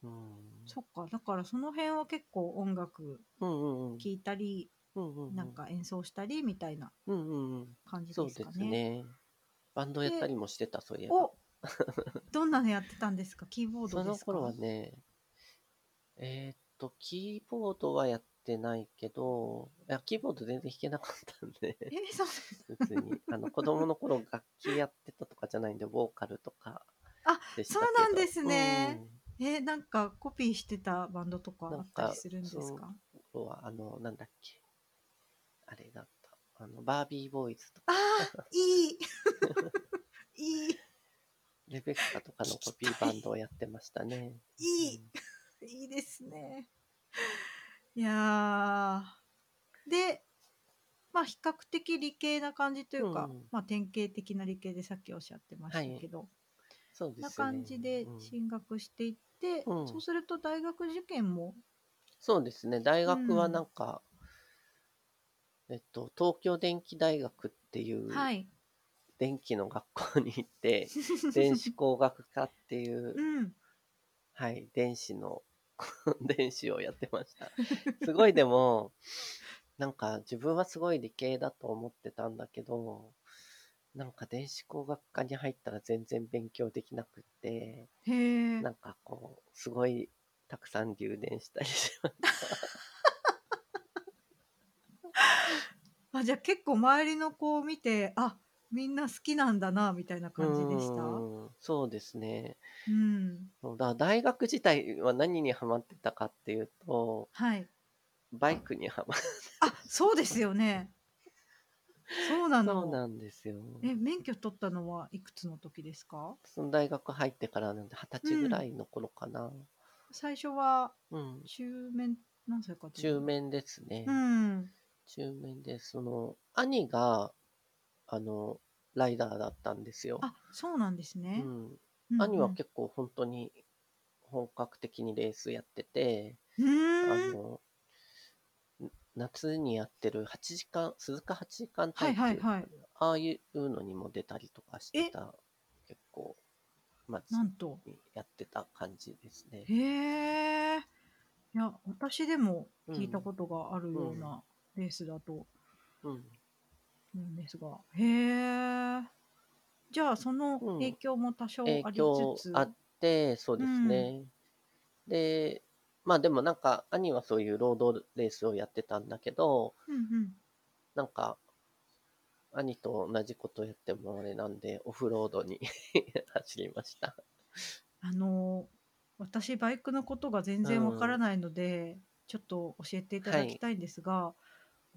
B: うん。
A: そっかだからその辺は結構音楽
B: うんうんうん。
A: 聴いたり、
B: うんうんうん
A: なんか演奏したりみたいな
B: うんうんうん。
A: 感じ
B: そう
A: です
B: で
A: か
B: す
A: ね。
B: ね。バンドやったりもしてた、そういえば。
A: おどんなのやってたんですかキーボード
B: そ
A: ですか
B: の頃はね、えーっと、キーボードはやってないけど、いやキーボード全然弾けなかったんで、
A: えそう
B: 別に、あの、子供の頃楽器やってたとかじゃないんで、ボーカルとか
A: あ
B: でしたけど。
A: そうなんですね
B: うん。
A: えなんかコピーしてたバンドとかあったりするんですか
B: なんか頃は、あの、なんだっけ。あれだった。あの、バービーボーイズと
A: あ
B: か、
A: あいいい い
B: レベッカとかのコピーバンドをやってましたね。
A: いいいいですね。いやーでまあ比較的理系な感じというか、
B: うん
A: まあ、典型的な理系でさっきおっしゃってましたけど、
B: そうですね。
A: な感じで
B: うん
A: 進学していって、
B: うん
A: そうすると大学受験も、
B: そうですね。大学
A: う
B: は
A: ん
B: なんか、えっと、東京電機大学っていう
A: はい、
B: 電気の学校に 行って、電子工学科っていう、
A: うん、
B: はい、電子の、 電子をやってました。すごいでも、なんか自分はすごい理系だと思ってたんだけど、なんか電子工学科に入ったら全然勉強できなくって、
A: へえ
B: なんかこう、すごいたくさん留年したりしま
A: あじゃあ結構周りの子を見てあみんな好きなんだなみたいな感じでした。
B: うんそうですね。
A: うん、
B: そうだから大学自体は何にハマってたかっていうと、
A: はい
B: バイクにハマっ
A: あそうですよね。そうな
B: た
A: の。
B: そうなんですよ。
A: え免許取ったのはいくつの時ですか
B: その大学入ってからなんで二十歳ぐらいの頃かな。
A: 最初は
B: うん。
A: 中免何歳かという
B: 中面ですね。
A: うん
B: 中面で、その、兄が、あの、ライダーだったんですよ。
A: あそうなんです
B: う
A: ね、
B: ん。
A: うんうん
B: 兄は結構本当に本格的にレースやってて、
A: う
B: あ
A: ーん
B: の、夏にやってる8時間、鈴鹿8時間
A: は
B: 大
A: い
B: 会、
A: はいはい
B: ああいうのにも出たりとかしてた、結構、まあ、
A: なんと
B: やってた感じですね。
A: へえいや私でも聞いたことがあるようなレースだと
B: うん。
A: 思うんですが、へえじゃあその
B: うん
A: 影響も多少あり
B: 影響
A: つつ、
B: あって、そうですね。で、まあでもなんか、兄はそういうロードレースをやってたんだけど、
A: うんうん、
B: なんか、兄と同じことやってもあれなんで、オフロードに 走りました。
A: あの私バイクのことが全然わからないので、ちょっと教えていただきたいんですが、オ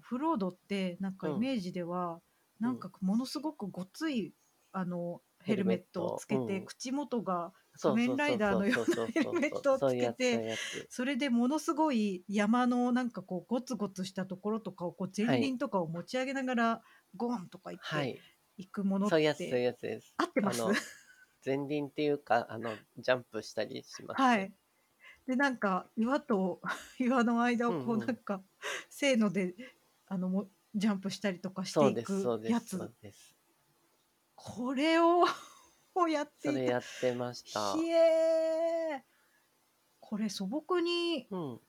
A: フロードってなんか
B: うん
A: イメージでは、
B: ん
A: なんかものすごくごついあのヘルメットをつけ
B: ヘルメ
A: て、
B: ットうん
A: 口元が
B: そう
A: 仮面ライダーのようなヘルメットをつけて
B: そういうやつそういうやつ
A: それでものすごい山のなんかこうゴツゴツしたところとかをこう前
B: はい
A: 輪とかを持ち上げながらゴンとか行っ
B: は
A: て
B: い
A: いくものっ
B: そういう
A: て、
B: やつそういうやつです
A: 合ってます
B: あの前輪っていうかあのジャンプしたりします、ね、
A: はい。でなんか岩と 岩の間をこ
B: う
A: うん
B: うん
A: なんか、せーのであのもジャンプしたりとかし
B: そう
A: てい
B: ですそう
A: く
B: です
A: や
B: そ
A: つ
B: うです
A: これををやっ
B: そ
A: て
B: れ
A: いた
B: やってました
A: ひえーこれ素朴に
B: うん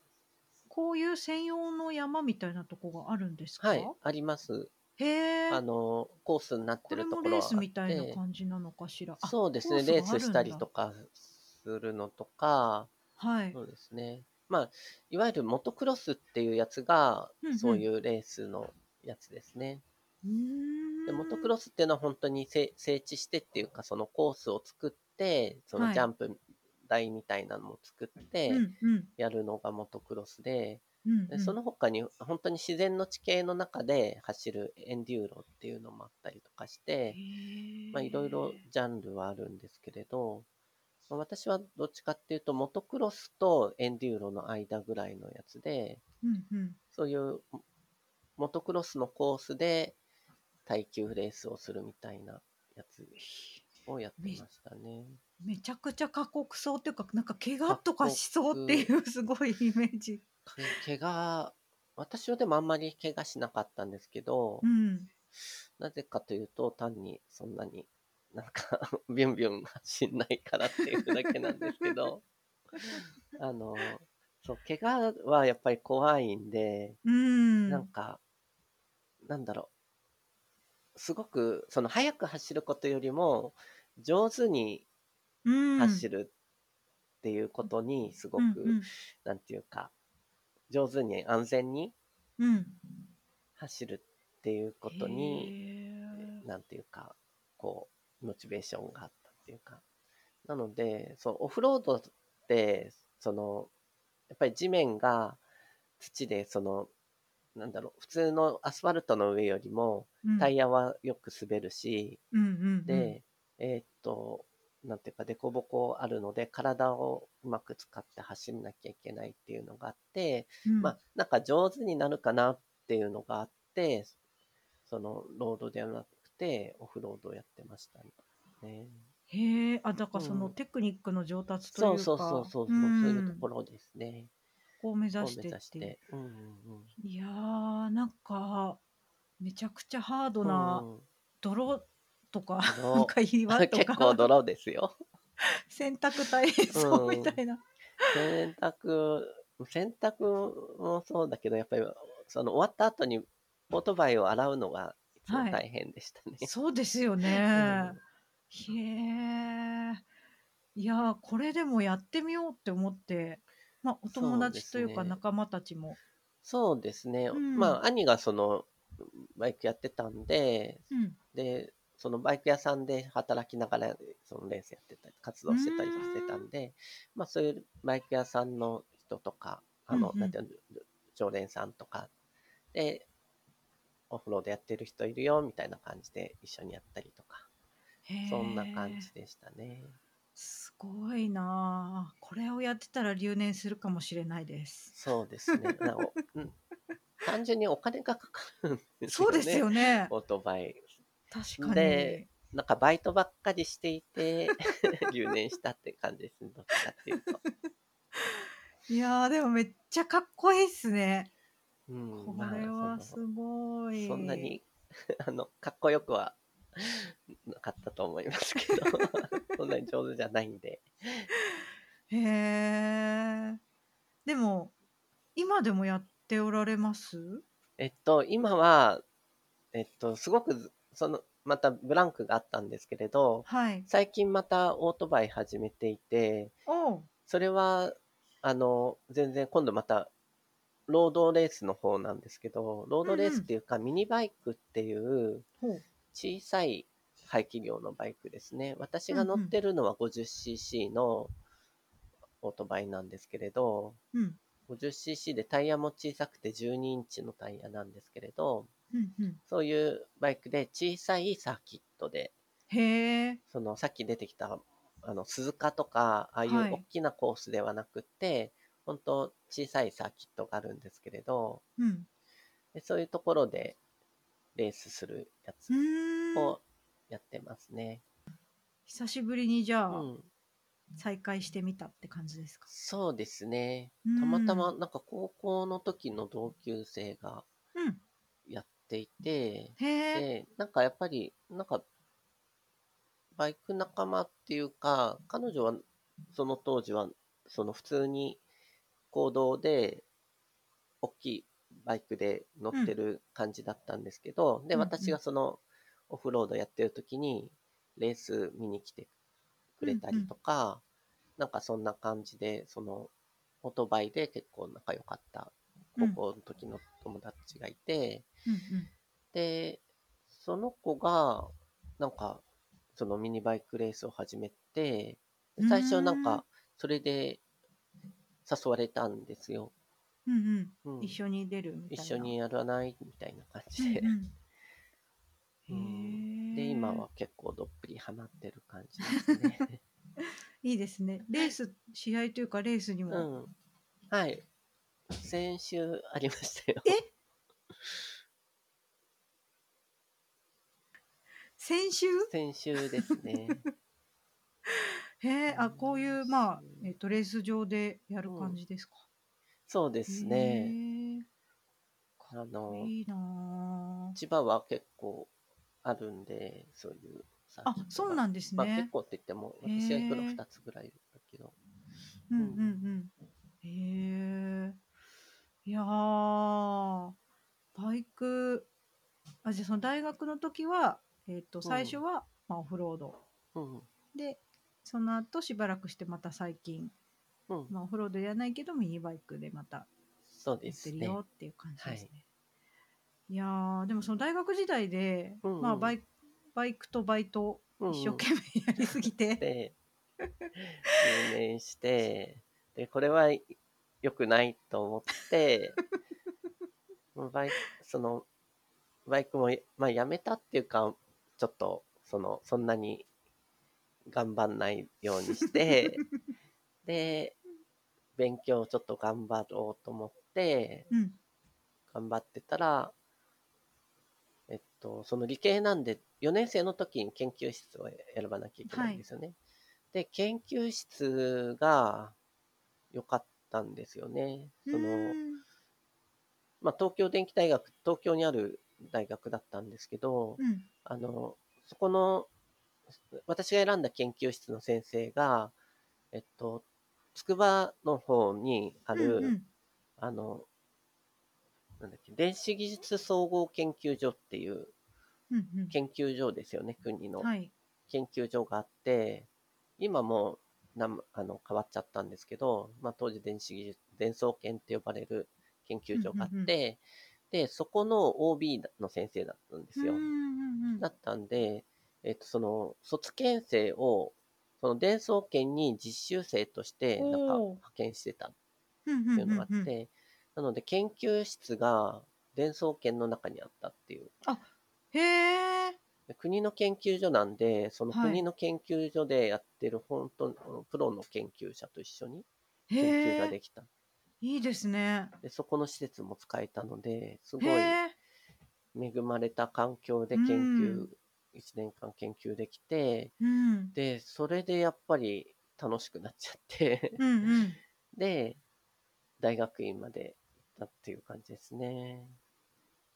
A: こういう専用の山みたいなとこがあるんですか、
B: はいあります
A: へえ
B: あのコースになって
A: これ
B: るとこ
A: もレ
B: ろは
A: ー
B: あ
A: スみたい
B: って
A: な感じなのかしらあ
B: そうです
A: コ
B: ね
A: ースがある
B: レ
A: んだ
B: ースしたりとかするのとか
A: はい
B: そうですねまあいわゆるモトクロスっていうやつが、
A: うんうん
B: そういうレースのやつですね
A: うーん
B: でモトクロスっていうのは本当にせ整地してっていうかそのコースを作ってそ
A: は
B: の
A: い
B: ジャンプ台みたいなのも作って
A: うんうん
B: やるのがモトクロスで,、
A: うんう
B: で
A: ん
B: その他に本当に自然の地形の中で走るエンデューロっていうのもあったりとかして、まあ、いろいろジャンルはあるんですけれど、まあ私はどっちかっていうと、モトクロスとエンデューロの間ぐらいのやつで、
A: うんうん
B: そういうモトクロスのコースで耐久レースをするみたいなやつをやってましたね。
A: めちゃくちゃ過酷そうっていうかなんか怪我とかしそうっていうすごいイメージ。
B: か怪我、私はでもあんまり怪我しなかったんですけど
A: う、ん、
B: なぜかというと、単にそんなになんか、 ビュンビュン走んないからっていうだけなんですけど、あの、そう、怪我はやっぱり怖いんで、
A: うん、
B: なんか、なんだろう、すごく、その、速く走ることよりも、上手に
A: うん
B: 走るっていうことに、すごく、
A: うん
B: なんていうか、上手に安全に
A: うんうん、
B: 走るっていうことに、
A: に
B: なんていうか、こう、モチベーションがあったっていうか。なので、そう、オフロードって、その、やっぱり地面が土で、その、なんだろう、普通のアスファルトの上よりも、タイヤはよく滑るし、
A: うんうんうん、
B: で、えーっと、なんていうか、凸凹あるので、体をうまく使って走んなきゃいけないっていうのがあって、
A: うん、
B: まあ、なんか上手になるかなっていうのがあって、その、ロードではなくて、オフロードをやってましたね。
A: へえあだからその
B: うん
A: テクニックの上達という
B: そ
A: か
B: うそうそうそう、そう
A: うん
B: いうところですね。
A: こう目指
B: を
A: し
B: 目
A: てっ
B: 指して
A: いう
B: て。うんうんうん
A: いやーなんかめちゃくちゃハードな
B: うん
A: 泥と か、
B: 泥
A: なんか岩と
B: 結
A: か
B: 構泥ですよ。
A: 洗濯大変そうみたい な。
B: 洗濯、洗濯もそうだけど、やっぱり、その終わった後にオートバイを洗うのがいつも
A: はい
B: 大変でしたね。
A: そうですよね。
B: うん
A: へえ。いやーこれでもやってみようって思って、まあ、お友達という
B: そうです
A: か
B: ね
A: 仲間たちも。
B: そうですね。
A: うん
B: まあ、兄がその、バイクやってたんで、
A: うん
B: で、そのバイク屋さんで働きながら、そのレースやってたり、活動してたりしてたんで、まあそういうバイク屋さんの人とか、あの
A: う、んうん
B: なんていうの、常連さんとかで、オフロードやってる人いるよ、みたいな感じで一緒にやったりとか、
A: へー
B: そんな感じでしたね。
A: すごいなあこれをやってたら留年するかもしれないです。
B: そうで すね。なおうん単純にお金がかかるんです
A: そ
B: よ
A: う
B: ね。
A: ですよね。
B: オートバイ。
A: 確かに
B: で。なんかバイトばっかりしていて、 留年したって感じですね。どっちかっていうと。
A: いやーでもめっちゃかっこいいっすね。
B: うん、
A: こ
B: まあ
A: れはす
B: その
A: ごい。
B: そんなに あのかっこよくはなかったと思いますけど そんなに上手じゃないんで
A: へえ。でも今でもやっておられます？
B: えっと今はえっとすごくずそのまたブランクがあったんですけれど
A: はい。
B: 最近またオートバイ始めていて
A: おう。
B: それはあの全然今度またロードレースの方なんですけどロードレースっていうかミニバイクっていう
A: ほう。
B: 小さい排気量のバイクですね。私が乗ってるのは 50cc のオートバイなんですけれど、
A: うん。
B: 50cc でタイヤも小さくて12インチのタイヤなんですけれど、
A: うんうん、
B: そういうバイクで小さいサーキットで、
A: へえ。
B: そのさっき出てきた、あの、鈴鹿とか、ああいう
A: はい
B: 大きなコースではなくって、本当小さいサーキットがあるんですけれど、
A: うん。
B: でそういうところでレースするや
A: う
B: つ
A: ーん。
B: をやってますね。
A: 久しぶりにじゃ
B: う
A: あ
B: ん。
A: 再開してみたって感じですか。
B: そうですね。
A: うん
B: たまたま、なんか高校の時の同級生が
A: うん。
B: やっていて、
A: へえ。
B: で、なんかやっぱり、なんか、バイク仲間っていうか、彼女は、その当時は、その普通に行動で、大きいバイクで乗ってる感じだったんですけど、で、
A: うんうん
B: 私がそのオフロードやってる時に、レース見に来てくれたりとか、なんかそんな感じで、その、オートバイで結構仲良かった、高校の時の友達がいて、
A: うんうん。
B: で、その子が、なんか、そのミニバイクレースを始めて、
A: うー
B: で
A: ん
B: 最初なんか、それで誘われたんですよ。
A: うんう
B: う
A: んん。、一緒に出るみたいな。
B: 一緒にやらないみたいな感じで。
A: うんうん。へえ
B: で、今は結構どっぷりハマってる感じですね。
A: いいですね。レース、試合と いうかレースに
B: う
A: も。
B: ん。はい。先週ありましたよ。
A: 先週
B: 先週ですね。
A: へえ、あ、こういう、まあ、えっと、レース場でやる感じですか。
B: そうですね。
A: へえ。
B: あの、
A: いいなあ
B: 千葉は結構あるんで、そういうサー
A: あ
B: キットが。
A: そうなんです
B: まあ
A: ね
B: 結。構って言っても、
A: へー
B: 私が行くの2つぐらいだけど。
A: うんうんうん。へえ。いやーバイク、あ、じゃあその大学の時は、えっ、と、最初は、まあ、オフロード。
B: うん。
A: で、その後しばらくしてまた最近、
B: うん。
A: まあ、オフロードではないけど、ミニバイクでまた
B: そう
A: や
B: で
A: っ
B: す
A: てる
B: ね。
A: よっていう感じですね。い、やーでもその大学時代で、
B: うんうん
A: まあ、バイバイクとバイトを
B: うんうん
A: 一生懸命やりすぎて、
B: で、入念して、で、これは良くないと思 って、もうバイその、バイクも、まあやめたっていうか、ちょっと、その、そんなに頑張んないように して、で、勉強をちょっと頑張ろうと思って、
A: うん、
B: 頑張ってたら、えっと、その理系なんで、4年生の時に研究室を選ばなきゃいけないんですよね。で、研究室が良かったんですよね。そうの、
A: ん
B: まあ、東京電機大学、東京にある大学だったんですけど、
A: うん
B: あの、そこの、私が選んだ研究室の先生が、えっと、筑波の方にある、
A: うんうん
B: あの、なんだっけ、電子技術総合研究所っていう
A: うんうん
B: 研究所ですよね、国の
A: はい、
B: 研究所があって、今もうなんあの変わっちゃったんですけど、まあ、当時電子技術、電装研って呼ばれる研究所があって、
A: うんうんうん
B: で、そこの OB の先生だったんですよ。
A: うんうんうん
B: だったんで、えっと、その、卒研生を、その伝送研に実習生として、なんか
A: おー
B: 派遣してた
A: うん
B: っ
A: うん
B: ていうのがあって、
A: うんうん
B: なので研究室が伝送研の中にあったっていう。
A: へえ
B: で国の研究所なんで、その
A: はい
B: 国の研究所でやってる本当のプロの研究者と一緒に研究が
A: へえ
B: できた。
A: いいですね
B: で、そこの施設も使えたので、すごい
A: へえ
B: 恵まれた環境で
A: う
B: 研
A: ん
B: 究、1年間研究できて、
A: うん
B: で、それでやっぱり楽しくなっちゃって、
A: うんうん
B: で、大学院まで行ったっていう感じですね。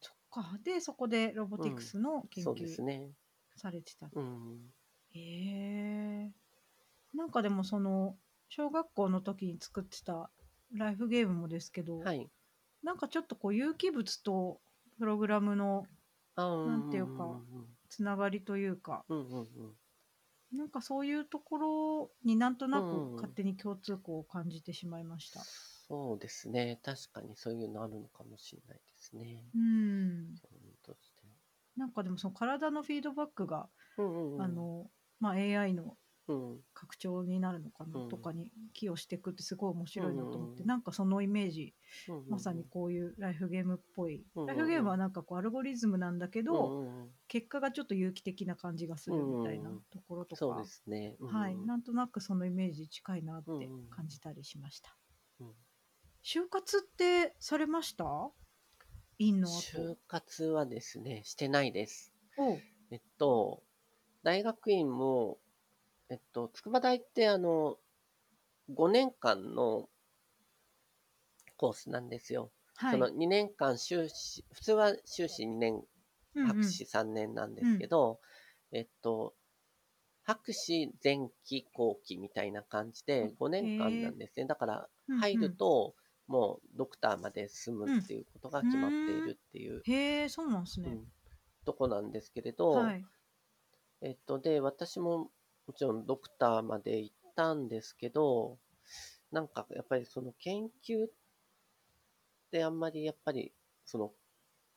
A: そっかでそこでロボティクスの研
B: そうです
A: 究
B: ね。
A: されてた
B: うん。
A: へえなんかでもその小学校の時に作ってたライフゲームもですけど、
B: はい。
A: なんかちょっとこう有機物とプログラムの
B: な
A: なんていうかつながりというか
B: うんうんうん。
A: なんかそういうところになんとな
B: う
A: く
B: ん
A: 勝手に共通項を感じてしまいました。
B: そうですね。確かにそういうのあるのかもしれないですね。
A: うん、
B: 教員として
A: なんかでもその体のフィードバックが、
B: うんうんうん
A: あのまあ、AI の
B: うん。
A: 拡張になるのかな
B: うん
A: とかに寄与していくってすごい面白いなと思って、
B: うん
A: なんかそのイメージ
B: うん
A: まさにこういうライフゲームっぽい、
B: うん
A: ライフゲームはなんかこうアルゴリズムなんだけど、
B: うんうんうん
A: 結果がちょっと有機的な感じがするみたいな
B: うん
A: ところとか、
B: そうですね。うん
A: はい、
B: うん
A: なんとなくそのイメージ近いなって
B: うん
A: 感じたりしました。
B: うん
A: 就活ってされました院の後
B: 就活はですね、してないです。
A: おう
B: えっと、大学院も、えっと、筑波大ってあの、5年間のコースなんですよ。
A: はい
B: その2年間修士、普通は修士2年、
A: うんうん
B: 博士3年なんですけど、えっと、博士前期後期みたいな感じで5年
A: へ
B: 間
A: え
B: なんですね。だから
A: うんうん
B: 入ると、もうドクターまで進むっていうことが決まっているっていう、
A: へえそうなんです
B: う
A: ね。
B: んとこなんですけれど、
A: はい、
B: えっと、で、私ももちろんドクターまで行ったんですけど、なんかやっぱりその研究ってあんまりやっぱり、その、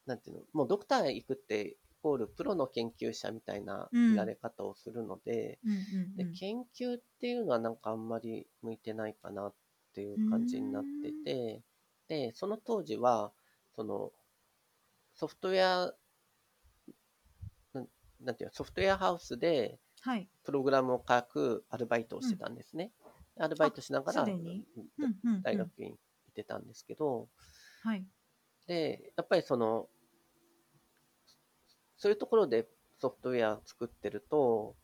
B: なんていうの、もうドクター行くってイコールプロの研究者みたいな
A: うん
B: 見られ方をするので、
A: うんうんうん
B: で、研究っていうのはなんかあんまり向いてないかなっていう感じになってて、で、その当時は、その、ソフトウェア、なんなんていうの、ソフトウェアハウスで、
A: はい、
B: プログラムを書くアルバイトをしてたんですね。アルバイトしながら
A: あすでにうんうんうん
B: 大学院行ってたんですけど、
A: はい、
B: で、やっぱりその、そういうところでソフトウェアを作ってると、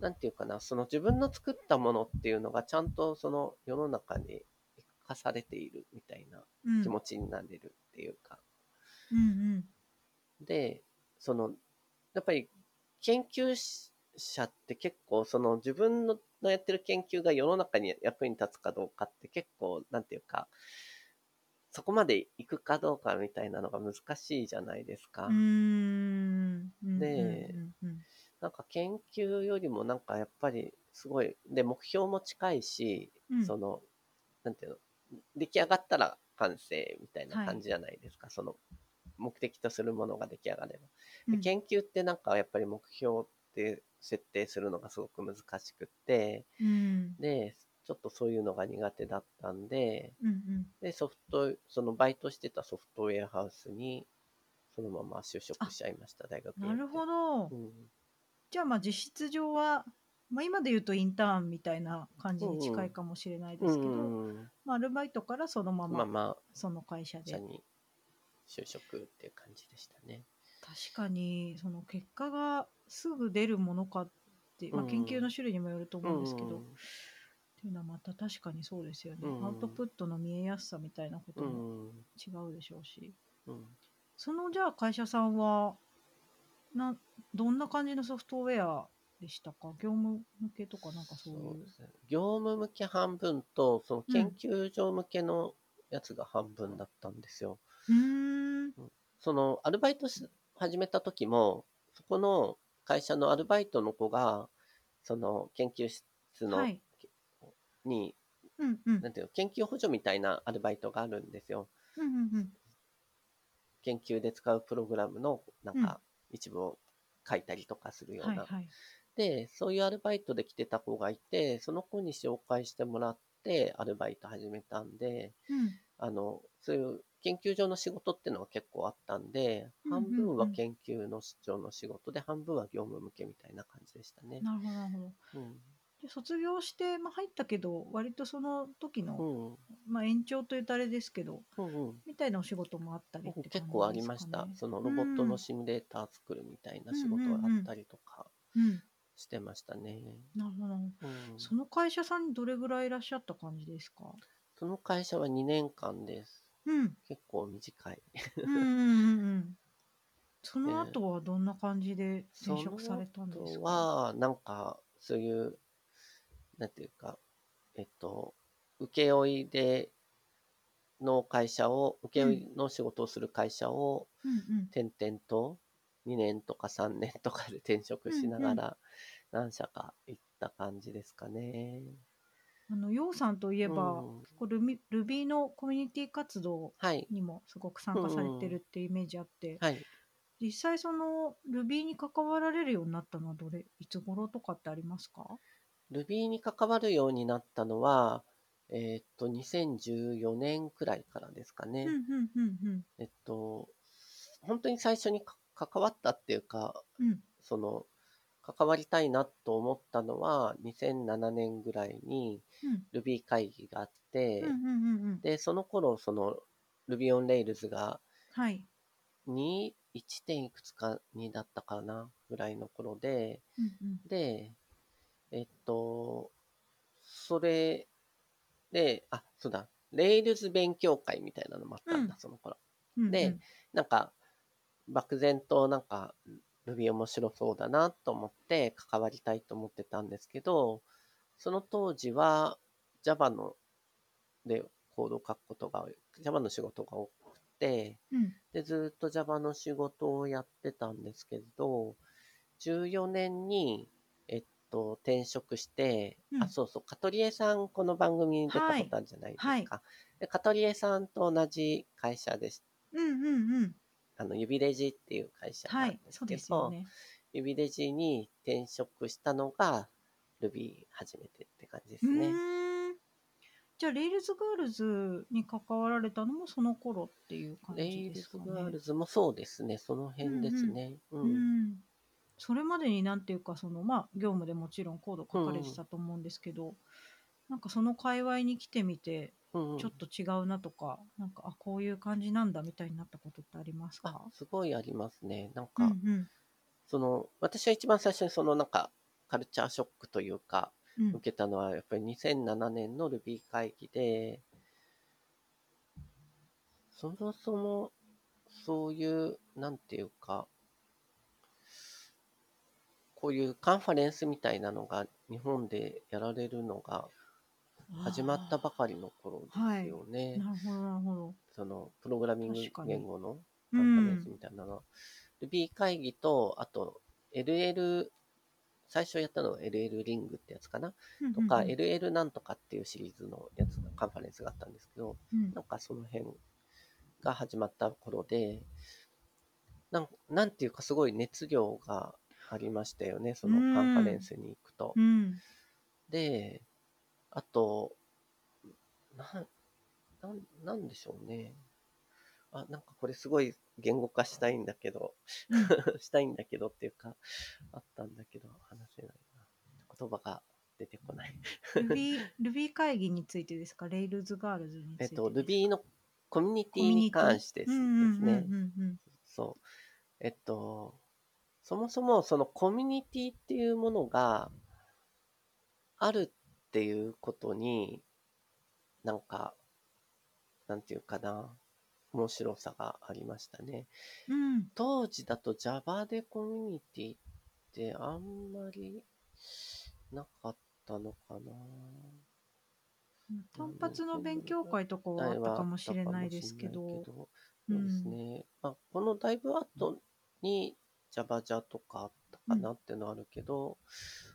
B: なんていうかな、その自分の作ったものっていうのがちゃんとその世の中に生かされているみたいな
A: うん
B: 気持ちになれるっていうか、
A: うんうん
B: で、その、やっぱり研究者って結構その自分のやってる研究が世の中に役に立つかどうかって結構、なんていうか、そこまで行くかどうかみたいなのが難しいじゃないですか。
A: うーんうんう
B: で
A: んうんうん
B: なんか研究よりもなんかやっぱりすごい、で、目標も近いし、
A: うん
B: その、なんていうの、出来上がったら完成みたいな
A: はい
B: 感じじゃないですか。その、目的とするものが出来上がれば。
A: う
B: で
A: ん
B: 研究ってなんかやっぱり目標って設定するのがすごく難しくって、
A: うん
B: で、ちょっとそういうのが苦手だったんで、
A: うんうん
B: で、ソフト、そのバイトしてたソフトウェアハウスに、そのまま就職しちゃいました、大学院
A: なるほど、
B: うん、
A: じゃあまあ実質上は、まあ、今で言うとインターンみたいな感じに近いかもしれないですけど、
B: うんうんうん
A: まあ、アルバイトからそのま
B: まあ
A: ま
B: ま
A: その会社
B: あ、
A: で、
B: 社に就職っていう感じでしたね。
A: 確かにその結果がすぐ出るものかって、まあ、
B: うん
A: 研究の種類にもよると思うんですけど、
B: う
A: っ
B: ん
A: ていうのはまた確かにそうですよね、
B: うん
A: アウトプットの見えやすさみたいなこと
B: う
A: も
B: ん
A: 違うでしょうし、
B: うん
A: そのじゃあ会社さんはなんどんな感じのソフトウェアでしたか業務向けとかなんかそうい
B: そう
A: う
B: ですね業務向け半分と、その研究所向けのやつが半分だったんですよ。
A: うーん
B: そのアルバイトし始めた時も、そこの会社のアルバイトの子が、その研究室の、
A: はい
B: に、
A: うんうん
B: なんていうの、研究補助みたいなアルバイトがあるんですよ。
A: うんうんうん
B: 研究で使うプログラムの、なんか、一部を書いたりとかするよう
A: はい
B: な。
A: はい
B: で、そういうアルバイトで来てた子がいて、その子に紹介してもらって、アルバイト始めたんで、
A: うん
B: あの、そういう研究所の仕事っていうのが結構あったんで、
A: うんうん
B: 半
A: うん
B: 分は研究の市長の仕事で、半分は業務向けみたいな感じでしたね。
A: なるほどなるほど
B: うん。
A: で卒業して、まあ、入ったけど割とその時の、
B: うん。
A: まあ、延長というとあれですけど
B: うんうん
A: みたいなお仕事もあったりって感じですか、
B: 結構ありました。そのロボットのシミュレーター作るみたいな仕事があったりとか
A: うん、うん、
B: してましたね。
A: なるほどなるほ
B: うん
A: どその会社さんにどれぐらいいらっしゃった感じですか
B: その会社は2年間です。
A: うん
B: 結構短い。
A: うんうんうんうんその後はどんな感じで転職されたん
B: あ
A: です
B: と
A: か
B: は、なんか、そういう、なんていうか、えっと、請負いで、の会社を、請負いの仕事をする会社を、
A: うんうん
B: 転々と、2年とか3年とかで転職しながら、何社か行った感じですかね。
A: あのようさんといえば、
B: うん
A: 結構ルミルビーのコミュニティ活動
B: はい。
A: にもすごく参加されてるっていうイメージあって、
B: はい。
A: 実際その Ruby に関わられるようになったのはどれいつ頃とかってありますか
B: Ruby に関わるようになったのは、えーっと、2014年くらいからですかね。
A: うんうんうんうん
B: えっと、本当に最初にか関わったっていうか、
A: うん
B: その、関わりたいなと思ったのは、2007年ぐらいに
A: うん
B: Ruby 会議があって、
A: うんうんうんうん
B: で、その頃、その Ruby on Rails が
A: はい
B: 2、1. 点いくつか2だったかなぐらいの頃で、
A: うんうん
B: で、えっと、それで、あ、そうだ、レイルズ勉強会みたいなのもあったんだ、
A: うん
B: その頃。
A: うんうん
B: でなんか、漠然となんか、Ruby 面白そうだなと思って関わりたいと思ってたんですけど、その当時は Java のでコードを書くことが多い、Java の仕事が多くて、
A: うん
B: で、ずっと Java の仕事をやってたんですけど、14年に、えっと、転職して、
A: うん
B: あ、そうそう、カトリエさん、この番組に出たことあるじゃないですか。
A: はいはい
B: でカトリエさんと同じ会社でし
A: うんうんうん
B: あの、指レジっていう会社な
A: は
B: んで
A: い
B: す
A: そう
B: け
A: です
B: ど、
A: よね
B: 指レジに転職したのが Ruby 初めてって感じです
A: う
B: ね。
A: ーんじゃあレイルズガールズに関わられたのもその頃っていう感
B: レ
A: じ
B: イ
A: で
B: ル
A: す
B: ズ
A: かね
B: ガールズもそうですね、その辺ですね。うん
A: うんそれまでになんていうかそのまあ業務でもちろんコード書かれてたと思うんですけど、なんかその界隈に来てみて
B: うんうん
A: ちょっと違うなとか、なんかあこういう感じなんだみたいになったことってあります
B: あ
A: か
B: すごいありますね。なん
A: う
B: か、
A: んうん
B: その、私は一番最初にそのなんか、カルチャーショックというか、
A: うん
B: 受けたのは、やっぱり2007年の Ruby 会議で、そもそも、そういう、なんていうか、こういうカンファレンスみたいなのが日本でやられるのが始まったばかりの頃ですよね。
A: なるほどなるほど、
B: そのプログラミング
A: 確かに
B: 言語の
A: う
B: カンファレンス
A: ん
B: みたいなの。Ruby 会議と、あと LL、最初やったのは LL リングってやつかな
A: うん
B: とか、LL なんとかっていうシリーズのやつのカンファレンスがあったんですけど、
A: うん
B: なんかその辺が始まった頃で、なんなんていうかすごい熱量がありましたよね、そのカンファレンスに行くと
A: う。ん
B: で、あと、なん、なん、なんでしょうね。あ、なんかこれすごい言語化したいんだけど、
A: うん
B: したいんだけどっていうか、あったんだけど、話せないな。言葉が出てこない。
A: ルビールビー会議についてですかレイルズガールズについて
B: え
A: で
B: っ
A: すか
B: と、Ruby のコミュニテ
A: コ
B: ィ
A: ミュ
B: に
A: ニティ
B: 関してで
A: う
B: す
A: んうんうんう
B: ね。
A: んうん
B: そう。えっと、そもそもそのコミュニティっていうものがあるっていうことに、なんか、なんていうかな、面白さがありましたね。
A: うん
B: 当時だと Java でコミュニティってあんまりなかったのかな。
A: 単発の勉強会とかはあったかもしれないですけ
B: あ
A: ど
B: ったかもしれないけどそうですね。まあ、このだいぶ後に Java ジャとかあったかなってのあるけど、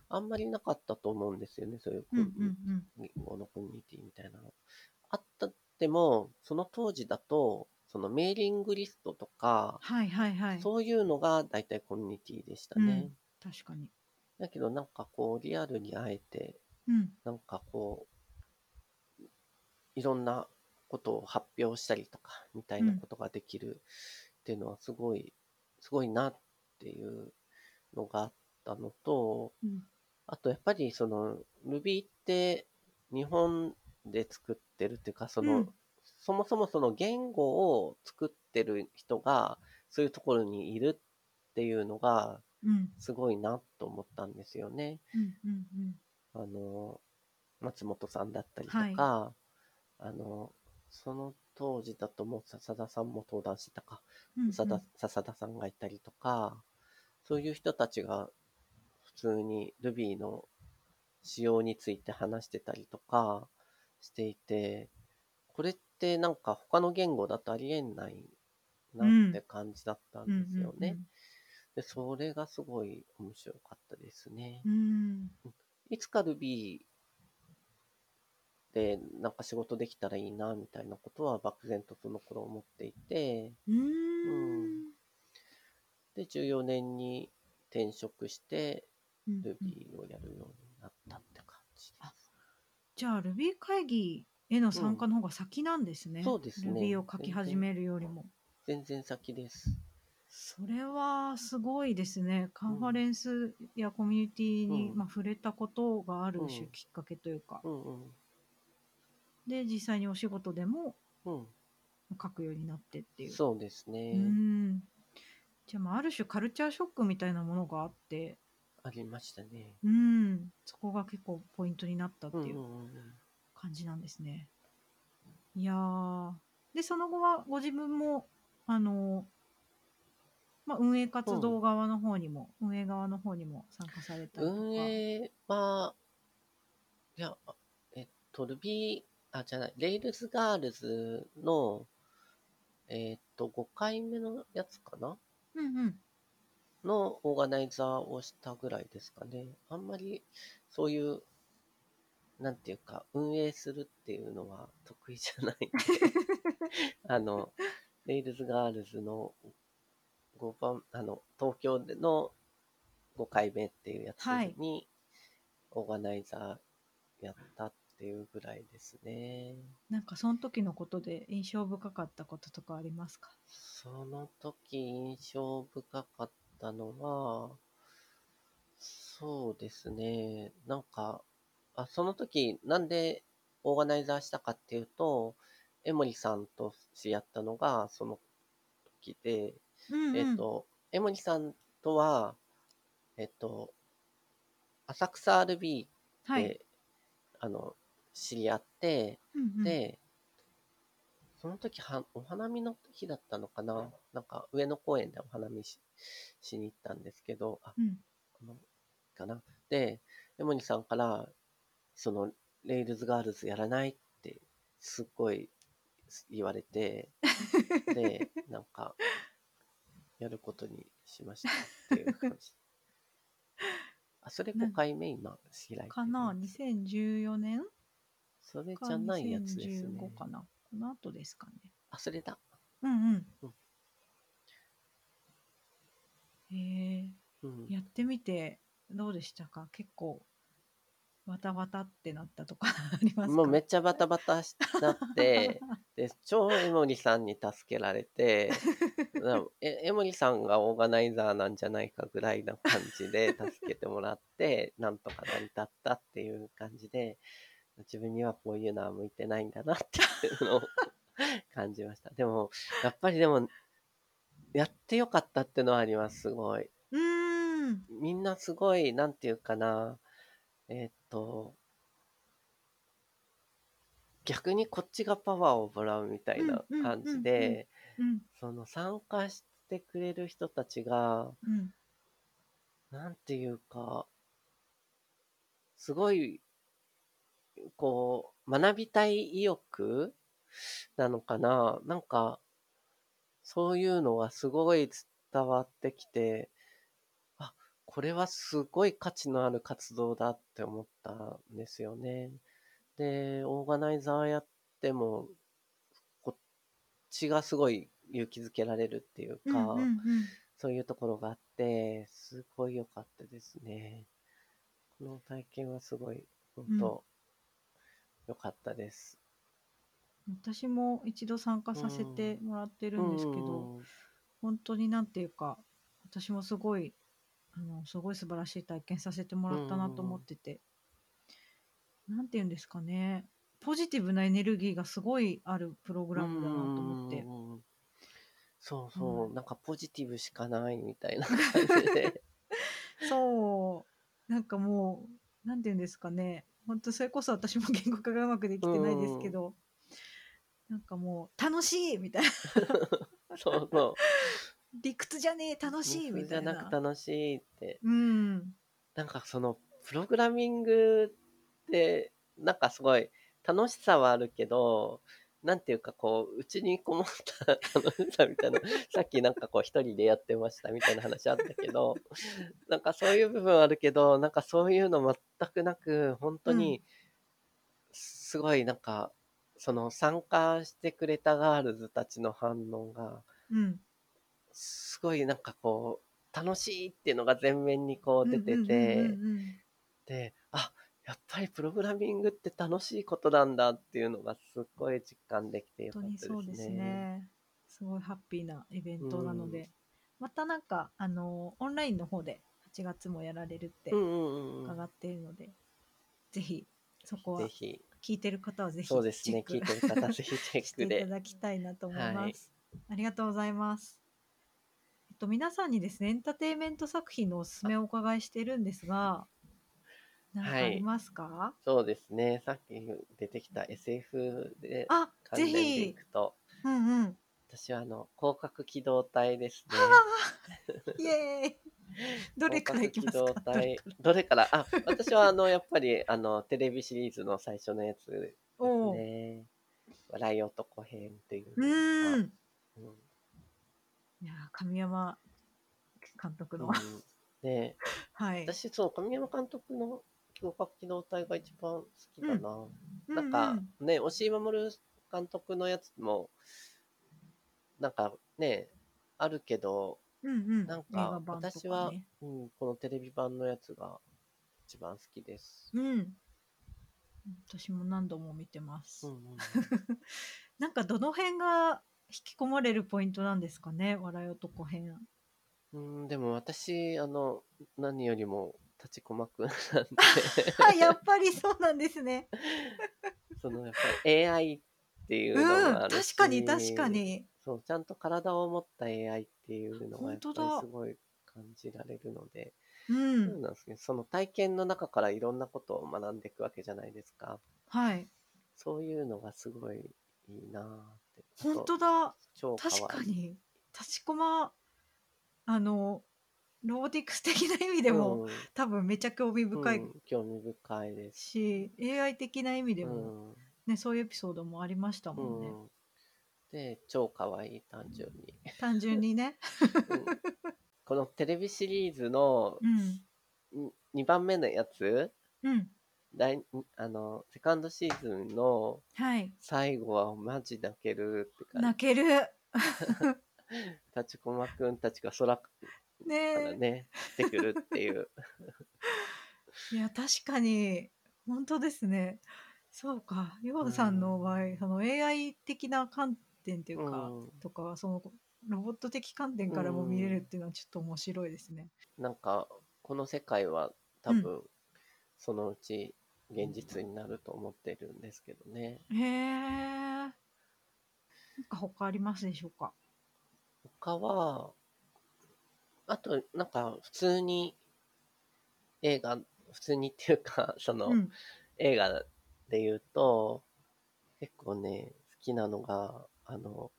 B: あんまりなかったと思うんですよね、そういうコ
A: うんうんう
B: ミュニティ
A: ん
B: 言語のコミュニティみたいなの。あったっても、その当時だと、そのメーリングリストとか、
A: はいはいはい
B: そういうのが大体コミュニティでしたね。
A: 確かに
B: だけどなんかこうリアルに会えて、
A: うん
B: なんかこう、いろんなことを発表したりとか、みたいなことができるっていうのはすごい、すごいなっていうのがあったのと、
A: うん
B: あとやっぱりその Ruby って日本で作ってるっていうか、その、
A: うん
B: そもそもその言語を作ってる人がそういうところにいるっていうのが
A: うん
B: すごいなと思ったんですよね。
A: うんうんうん
B: あの、松本さんだったりとか、
A: はい
B: あの、その当時だともう笹田さんも登壇してたか、
A: うんうん
B: 笹田笹田さんがいたりとか、そういう人たちが普通に Ruby の使用について話してたりとかしていて、これってなんか他の言語だとありえないなって感じだったん
A: うん
B: ですよね。で、それがすごい面白かったですね
A: う。ん
B: いつか Ruby でなんか仕事できたらいいなみたいなことは漠然とその頃思っていて、
A: うんうん
B: で、14年に転職して
A: うん
B: Ruby をやるようになったって
A: じゃあ Ruby 会議への参加の方が先なんですね。
B: そうですね
A: Ruby を書き始めるよりも。
B: 全然先です。
A: それはすごいですね。カンファレンスやコミュニティに、
B: うん
A: まあ、触れたことがある種、
B: うん
A: きっかけというか、
B: うんうん。
A: で実際にお仕事でも
B: うん。
A: 書くようになってっていう。
B: そうですね
A: う。んじゃあまあある種カルチャーショックみたいなものがあって、
B: ありましたね。
A: うん、そこが結構ポイントになったって
B: うんう
A: い
B: ん
A: う
B: うん
A: 感じなんですね。いやーでその後はご自分もあの、まあ、運営活動側の方にも、運営側の方にも参加されたりとか。
B: 運営は、いや、あえっと、ルビー、あ、じゃない、レイルズガールズの、えっと、5回目のやつかな
A: うんうん
B: のオーガナイザーをしたぐらいですかね。あんまり、そういう、なんていうか、運営するっていうのは得意じ ゃないんであの、レイルズガールズの5番、あの、東京での5回目っていうやつ
A: はい
B: に、オーガナイザーやったっていうぐらいですね。
A: なんかその時のことで印象深かったこととかありますか
B: その時印象深かったのは、そうですね。なんか、あ、その時なんでオーガナイザーしたかっていうと、江森さんと知り合ったのがその時で、
A: うんうん
B: えっ、と、江森さんとは、えっ、と、浅草 RB で、
A: はい
B: あの、知り合って、
A: うんうん、
B: で、その時は、お花見の日だったのかななんか、上野公園でお花見ししに行ったんですけど、あ、
A: うん、
B: あのかなで、エモニさんから、その、レイルズガールズやらないって、すっごい言わ れて、で、なんか、やることにしましたっていう 感じ。あ、それ5回目今、開いてる
A: かな2014年
B: それ
A: か
B: じゃないやつですね。
A: 2015かなこの後ですかね
B: あ、それだ。
A: うん
B: う
A: うんへ
B: うん
A: えやってみてどうでしたか結構わたわたってなったとかありますか
B: もうめっちゃバタバタしちゃって で超江守さんに助けられてなえ江守さんがオーガナイザーなんじゃないかぐらいな感じで助けてもらってなんとか成り立ったっていう感じで自分にはこういうのは向いてないんだなっていうのを 感じましたでもやっぱりでもやってよかったっていうのはありますすごいう
A: ーん
B: みんなすごい、なんていうかな、えーっと、逆にこっちがパワーをもらうみたいな
A: うんうん
B: 感じ
A: うん
B: で、
A: うん
B: その参加してくれる人たちが、
A: うん
B: なんていうか、すごい、こう、学びたい意欲なのかななんか、そういうのがすごい伝わってきて、あ、これはすごい価値のある活動だって思ったんですよね。で、オーガナイザーやっても、こっちがすごい勇気づけられるっていう
A: うん
B: か、
A: うんうん
B: そういうところがあって、すごい良かったですね。この体験はすごい、本当、良かったです。
A: 私も一度参加させてもらってるんですけど、
B: うん
A: 本当になんていうか私もすごいあのすごい素晴らしい体験させてもらったなと思ってて、なんていうんですかねポジティブなエネルギーがすごいあるプログラムだなと思って、
B: うんそうそう、
A: うん
B: なんかポジティブしかないみたいな感じ で。
A: そうなんかもうなんていうんですかね本当それこそ私も言語化がうまくできてないですけど、なんかもう楽しいみたいな
B: そうそう。
A: 理屈じゃねえ楽しいみたいな
B: じゃなく楽しいって。
A: うん
B: なんかその、プログラミングって、なんかすごい楽しさはあるけど、なんていうかこう、うちにこもった楽しさみ たいな、さっきなんかこう一人でやってましたみたいな話あったけど、なんかそういう部分はあるけど、なんかそういうの全くなく、本当に、すごいなんか、その参加してくれたガールズたちの反応が、
A: うん
B: すごいなんかこう、楽しいっていうのが前面にこう出てて、
A: うんうんうんうん
B: で、あ、やっぱりプログラミングって楽しいことなんだっていうのがすっごい実感できてよか
A: 本
B: っ
A: 当
B: た
A: に
B: で
A: そ
B: すね。
A: うですね。すごいハッピーなイベントなので、またなんか、あの、オンラインの方で8月もやられるって
B: うんうんうん
A: 伺っているので、ぜひ、そこ
B: ぜ
A: は
B: ひ、
A: 聞いてる方はぜひ、
B: そうですね、
A: チェ
B: 聞い
A: ック
B: てる方、ぜひチェ
A: して
B: ック
A: い
B: で
A: た。だきたいなと思い
B: は
A: ま
B: い
A: す。ありがとうございます。えっと、皆さんにですね、エンターテインメント作品のおすすめをお伺いしてるんですが、何かありますか、
B: そうですね、さっき出てきた SF で
A: あ、ぜ
B: 関連で
A: ひ
B: い、くと、
A: うんうん。
B: 私はあの、広角機動隊ですね。
A: イエーイ。 どれからいきます
B: 広
A: か
B: 角。機動隊、どれから、あ、私はあの、やっぱりあの、テレビシリーズの最初のやつで
A: お
B: す
A: お。
B: ね。笑い男編っていう
A: うーん。
B: うん
A: いやー、神山監督の。
B: うん ね
A: はい。
B: 私そう神山監督の強化機動隊が一番好きだな、
A: う
B: なんか、ね押井守監督のやつもなんかねあるけど、
A: うんうん。
B: なんか
A: 映画版とね
B: 私はうん、このテレビ版のやつが一番好きです、
A: うん。私も何度も見てます。
B: うんうんうん
A: なんかどの辺が引き込まれるポイントなんですかね、笑い男 編。
B: うんでも私あの何よりも立ちこまくなんで
A: あ、やっぱりそうなんですね。
B: そのやっぱり AI っていう
A: う
B: の
A: ん、
B: もあ
A: 確
B: るし、
A: かに確かに。
B: そう、ちゃんと体を持った AI っていうのがやっぱ
A: 本当だ
B: りすごい感じられるので、
A: う、
B: そうんなんですね。その体験の中からいろんなことを学んでいくわけじゃないですか。
A: はい。
B: そういうのがすごいいいなぁって。
A: 本当だ。
B: 超可愛い
A: 確か。に。立ちこま、あの、ローティクス的な意味でも、
B: うん、
A: 多分めちゃ興味深
B: う
A: い
B: ん興味深いです。
A: し、AI 的な意味で
B: う
A: も、
B: ん
A: ね、そういうエピソードもありましたもんね。
B: うんで、超可愛い、単 純に。
A: 単純に ね。
B: うんこのテレビシリーズの
A: うん。
B: 2番目のやつ、
A: うん。
B: 第あのセカンドシーズンの
A: はい。
B: 最後はマジ泣けるって感
A: 泣ける。
B: じ。立ちこまくんたちが空か
A: ね
B: ら
A: え。
B: ね、出てくるっていう。
A: いや、確かに、本当ですね。そうか。ようさんの場合、
B: うん
A: その AI 的 な観点というか、
B: うん
A: とか、その、ロボット的観点からも見れるっていうのはちょっと面白いですね。
B: なんか、この世界は多分、そのうち現実になると思ってるんですけどね。
A: へえ。なんか他ありますでしょうか。
B: 他は、あと、なんか、普通に映画、普通にっていうか、その、
A: うん。
B: 映画で言うと、結構ね、好きなのが、あの、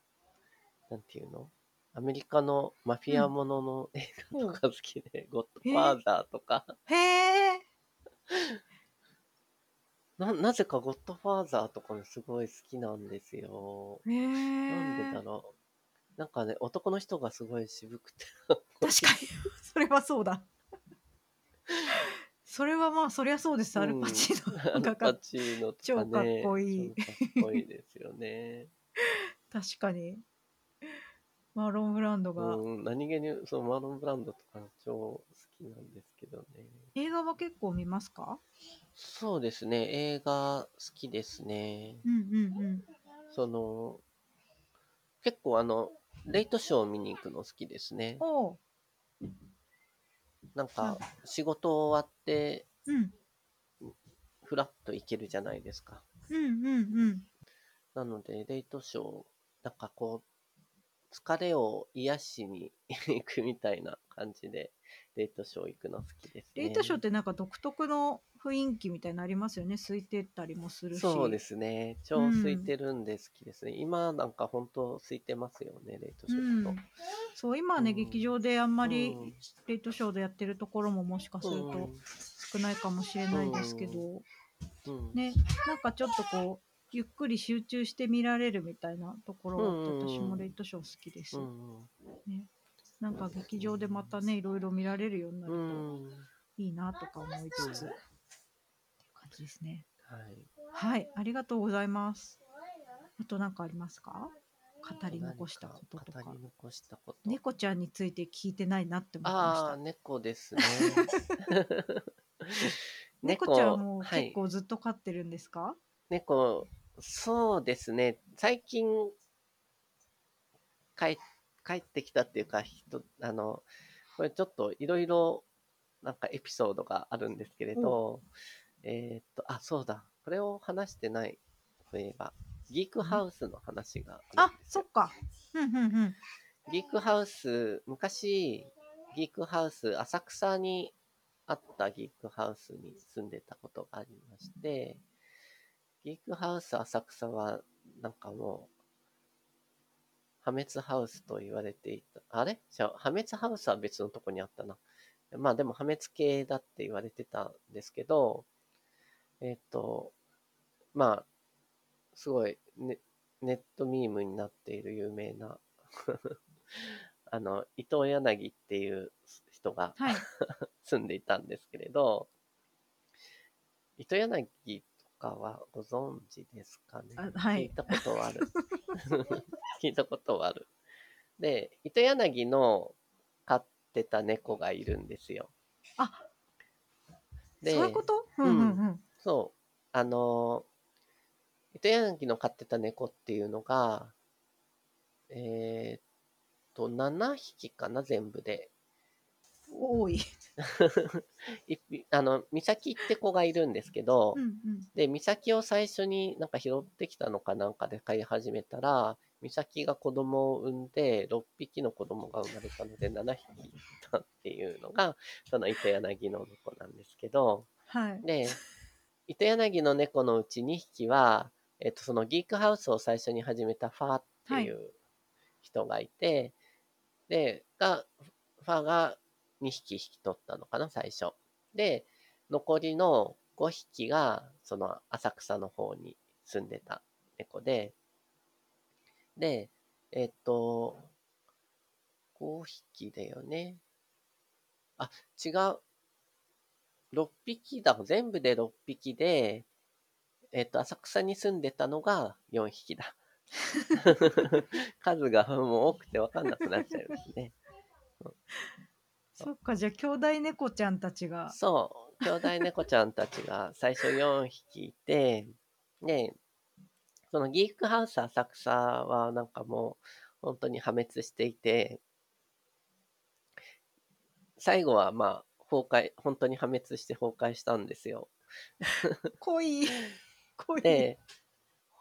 B: なんていうのアメリカのマフィアものの映画とか好きで、ゴッドファーザーとか、
A: へえ。
B: な、なぜかゴッドファーザーとかもすごい好きなんですよ。
A: へえ。
B: なんでだろう。なんかね、男の人がすごい渋く て。
A: 確かに それはそうだ それはまあそりゃそうです、アルパチー
B: ア
A: ノが
B: ル
A: か
B: パチーノと
A: 超か
B: か
A: っ
B: ね。
A: こいい
B: 超かっこいいです よね。
A: 確かにマロン・ブランドが、
B: うん、何気に、そう、マロンブランドとか超好きなんですけどね。
A: 映画は結構見ますか
B: そうですね、映画好きですね。
A: うんうん
B: その、結構あの、レイトショーを見に行くの好きですね
A: うん。おう
B: なんか、仕事終わって、
A: うん
B: フラッと行けるじゃないですか。
A: うんうんうん
B: なので、レイトショー、なんかこう、疲れを癒しに行くみたいな感じで、レイトショー行くの好きですね。
A: レイトショーってなんか独特の雰囲気みたいなのありますよね空いてたりもするし
B: そうですね。超空いてるんで好きですね。今なんか本当空いてますよね、レイトシ
A: う
B: ョーだと
A: ん。、そう今はね、
B: うん
A: 劇場であんまり
B: うん
A: レイトショーでやってるところももしかすると少ないかもしれないですけど、
B: うん、うん
A: ね、なんかちょっとこう、ゆっくり集中して見られるみたいなところがあ
B: うんうん
A: っ
B: うん
A: て、私もレイトショー好きです。
B: うん
A: ね、なんか劇場でまたね、いろいろ見られるようになる
B: う
A: と
B: ん。うん
A: いいなとか思いつつ、
B: うん
A: って感じですね。
B: はい。
A: はい、ありがとうございます。あと何かありますか語り残したことと
B: 何
A: か
B: 語。り残したこと。
A: 猫ちゃんについて聞いてないなって思ってまし
B: あ
A: た。
B: あ、猫ですね。
A: 猫ちゃんも
B: は
A: 結
B: い、
A: 構ずっと飼ってるんですか、
B: 猫、そうですね、最近、帰帰ってきたっていうか、人、あの、これちょっといろいろ、なんかエピソードがあるんですけれど、えーっと、あ、そうだ、これを話してない、といえば、ギークハウスの話が
A: あ
B: あるんです
A: そ
B: よ
A: っかうんうんうん
B: ギークハウス、昔、ギークハウス、浅草にあったギークハウスに住んでたことがありまして、ギークハウス浅草は、なんかもう、破滅ハウスと言われていた。あれじゃあ破滅ハウスは別のとこにあったな。まあでも破滅系だって言われてたんですけど、えっ、と、まあ、すごい、ね、ネットミームになっている有名な あの、伊藤柳っていう人が
A: はい
B: 住んでいたんですけれど、伊藤柳とかはご存知ですかね
A: あはい
B: 聞いたこと はある。聞いたことはある。で、伊藤柳の飼ってた猫がいるんですよ。
A: あ
B: で
A: そういうことうんうんうん
B: そう。あのー、糸柳の飼ってた猫っていうのが、えーっと、7匹かな、全部で。
A: 多い
B: 一匹あの、美咲って子がいるんですけど、
A: うんうん
B: で、美咲を最初になんか拾ってきたのかなんかで飼い始めたら、美咲が子供を産んで、6匹の子供が生まれたので、7匹いたっていうのが、その糸柳の猫なんですけど、
A: はい
B: で、糸柳の猫のうち2匹は、えっと、そのギークハウスを最初に始めたファーっていう人がいて、で、が、ファーが2匹引き取ったのかな、最初。で、残りの5匹が、その浅草の方に住んでた猫で、で、えっと、5匹だよね。あ、違う。6匹だ。全部で6匹で、えっと、浅草に住んでたのが4匹だ。数がもう多くて分かんなくなっちゃいますね。
A: そっかじゃあ兄弟猫ちゃんたちが
B: そう、兄弟猫ちゃんたちが最初4匹いて、で、そのギークハウス浅草はなんかもう本当に破滅していて、最後はまあ崩壊、本当に破滅して崩壊したんですよ。
A: 濃 い濃い、
B: で、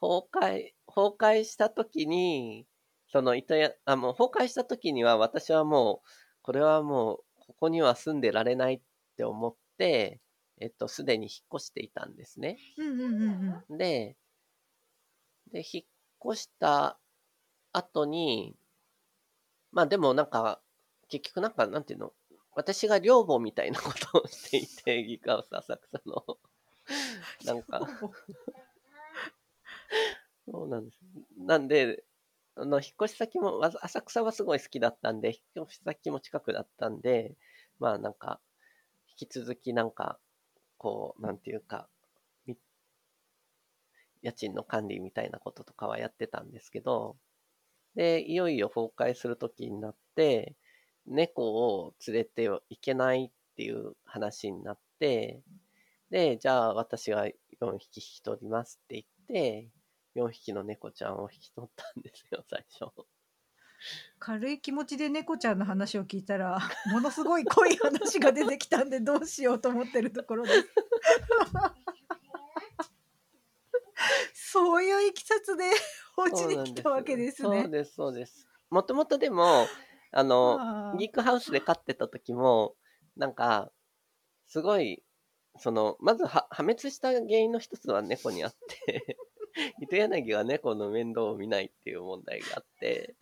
B: 崩壊、崩壊した時に、その糸や、あ、もう崩壊した時には私はもう、これはもう、ここには住んでられないって思って、えっと、すでに引っ越していたんですね。
A: うんうんうんうん
B: で、で、引っ越した後に、まあでもなんか、結局なんか、なんていうの、私が寮母みたいなことをしていて、ギガウス浅草の。なんか、そうなんです。なんで、あの、引っ越し先も、わざ浅草はすごい好きだったんで、引っ越し先も近くだったんで、まあなんか、引き続きなんか、こう、なんていうか、み家賃の管理みたいなこととかはやってたんですけど、で、いよいよ崩壊する時になって、猫を連れてはいけないっていう話になって、で、じゃあ私が4匹引き取りますって言って、4匹の猫ちゃんを引き取ったんですよ、 最初。
A: 軽い気持ちで猫ちゃんの話を聞いたら ものすごい濃い話が出てきたんでどうしようと思ってるところ です。そういういきさつで お家に来たわけです
B: そうな
A: ね
B: ん。ですそうです、そうです。もともとでも、あの、
A: あ
B: ギー
A: ー
B: クハウスで飼ってた時も、なんか、すごい、その、まずは破滅した原因の一つは猫にあって、 糸柳は猫の面倒を見ないっていう問題があって、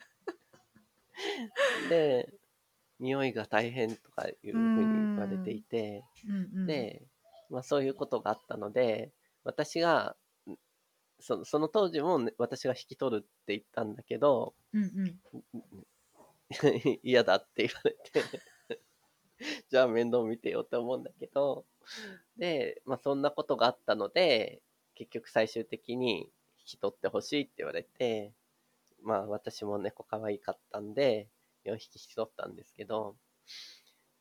B: で、匂いが大変とかいうふうに言われていて、
A: うんうん
B: で、まあ、そういうことがあったので私がんそのその当時もね、私が引き取るって言ったんだけど
A: うんうん
B: 嫌だって言われて じゃあ面倒見てよって思うんだけどで、まあ、そんなことがあったので結局最終的に引き取ってほしいって言われてまあ私も猫可愛かったんで4匹引き取ったんですけど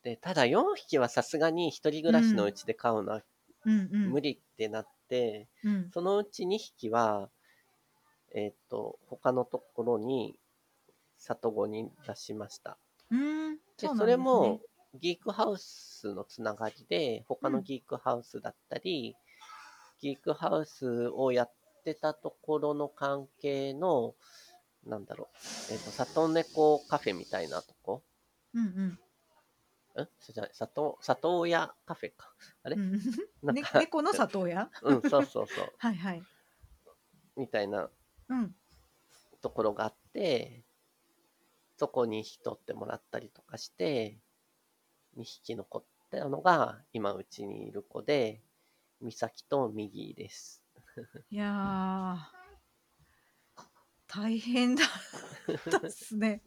B: でただ4匹はさすがに一人暮らしのうちで飼うのは
A: うんうん
B: 無理ってなって、
A: うん
B: そのうち2匹は、えっ、と、他のところに、里子に出しました。
A: うん
B: で、
A: うなん
B: そ
A: で
B: れ
A: すね
B: も、ギークハウスのつながりで、他のギークハウスだったり、ギークハウスをやってたところの関係の、なんだろう、えっ、と、里猫カフェみたいなとこ
A: うんうん
B: んそれじゃない里、里親カフェか。あれ
A: うん
B: なん
A: ね
B: か、
A: 猫の里親
B: うん、そうそうそう。
A: はいはい
B: みたいな
A: うん
B: ところがあって、そこに引き取ってもらったりとかして、2匹残ったのが、今うちにいる子で、美咲とミギーです。
A: いやー大変 だったっすね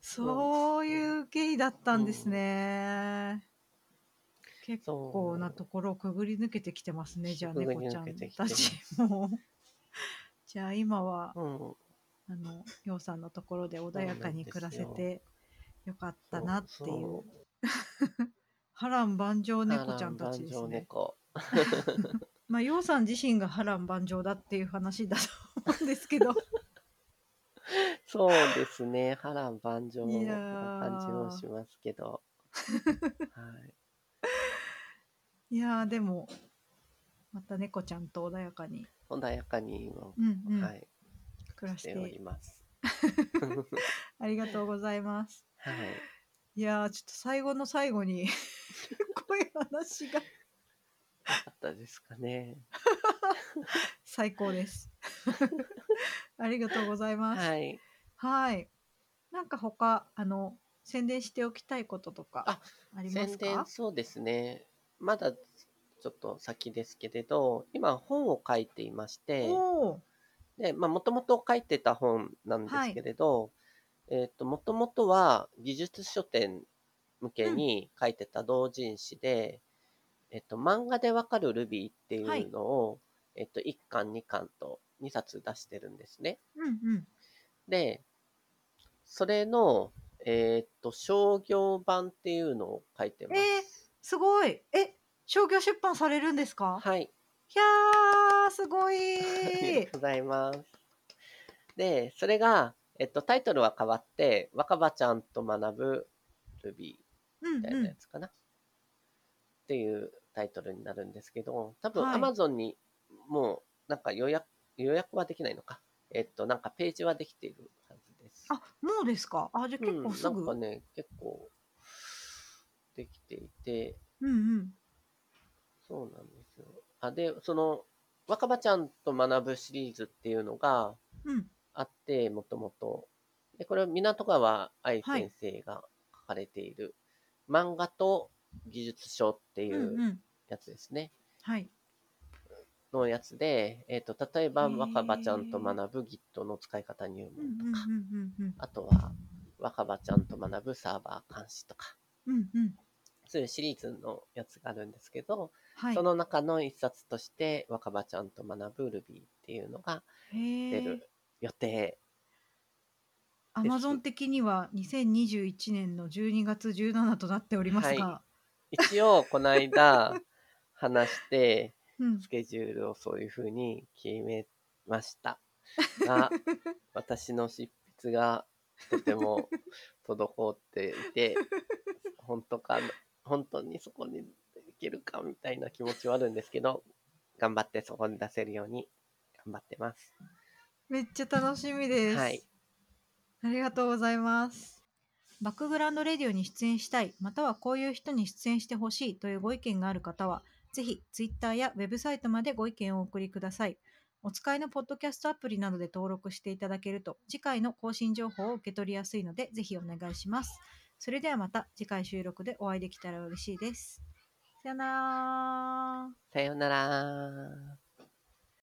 A: そういう経緯だったんですね、結
B: そう。
A: 構なところをくぐり抜けてきてますねじゃあ
B: くぐり
A: 猫
B: 抜
A: ちゃん
B: けてきて
A: たちも じゃあ今は
B: うん。
A: あのようさんのところで穏やかに暮らせ
B: そうなん
A: てよかったなってい
B: そう
A: う波乱万丈
B: そう
A: 猫ちゃんたちです
B: 波乱万丈
A: ね。
B: 猫。
A: まあようさん自身が波乱万丈だっていう話だと思うんですけ ど
B: そうですね。波乱万丈
A: いや
B: な
A: ー
B: 感じもしますけど。 はい。
A: いやーでもまた猫ちゃんと穏やかに、
B: 穏やかに今、
A: うんうん
B: はい、
A: 暮らし
B: しており
A: て
B: ます。
A: ありがとうございます。
B: はい。
A: いやーちょっと最後の最後 にこういう話が
B: あったですかね。
A: 最高 です。ありがとうございます。
B: はい。
A: はい。なんか他、あの、宣伝しておきたいこととか
B: あ
A: あります
B: 宣伝
A: か
B: そうですねまだちょっと先ですけれど今本を書いていまして
A: おお
B: でまあもともと書いてた本なんですけれど、えっ、ともともとは技術書店向けに書いてた同人誌で、えっと漫画でわかるルビーっていうのを、えっと1巻2巻と2冊出してるんですね
A: うんうん。
B: でそれのえっと商業版っていうのを書いてます、
A: えすごいえ商業出版されるんですか
B: はい
A: いやー、すごい
B: ありがとうございます。で、それが、えっと、タイトルは変わって、若葉ちゃんと学ぶルビ
A: う
B: ーみ
A: ん
B: たいなや
A: う
B: つかな。っていうタイトルになるんですけど、多分
A: はい
B: Amazon にもう、なんか予約、予約はできないのか。えっと、なんかページはできているはずです。
A: ん。あ、もうですかあ、じゃあ
B: う
A: 結
B: ん、
A: 構すぐ。う
B: なんか
A: ん
B: ね、結構、できていて、
A: うん。
B: そうなんですよ。あ、で、その、若葉ちゃんと学ぶシリーズっていうのが、
A: うん。
B: あって、もともと。で、これは港川愛先生が書かれている、漫画と技術書ってい
A: うんう。
B: ううんやつですね。
A: はい。
B: のやつで、えっ、と、例えば、
A: へー
B: 若葉ちゃんと学ぶ Git の使い方入
A: うんうん
B: 門とか、
A: うんうん
B: あとは、若葉ちゃんと学ぶサーバー監視とか、
A: うん。うんうん。
B: そういうシリーズのやつがあるんですけど、
A: はい
B: そ。の中の一冊として、若葉ちゃんと学ぶ Ruby っていうのが
A: へ
B: 出
A: ー
B: る予定。
A: アマゾン的には2021年の12月17となっておりますが、
B: は一応、こ の間、話して、
A: うん
B: ス、ケジュールをそういうふうに決めましたが私の執筆がとても滞っていて本当か本当にそこにいけるかみたいな気持ちはあるんですけど頑張ってそこに出せるように頑張ってます。
A: めっちゃ楽しみです、
B: はい
A: ありがとうございますバックグラウンドレディオに出演したいまたはこういう人に出演してほしいというご意見がある方はぜひ Twitter やウェブサイトまでご意見をお送りくださいお使いのポッドキャストアプリなどで登録していただけると次回の更新情報を受け取りやすいのでぜひお願いしますそれではまた次回収録でお会いできたら嬉しいですさよなら
B: さようなら。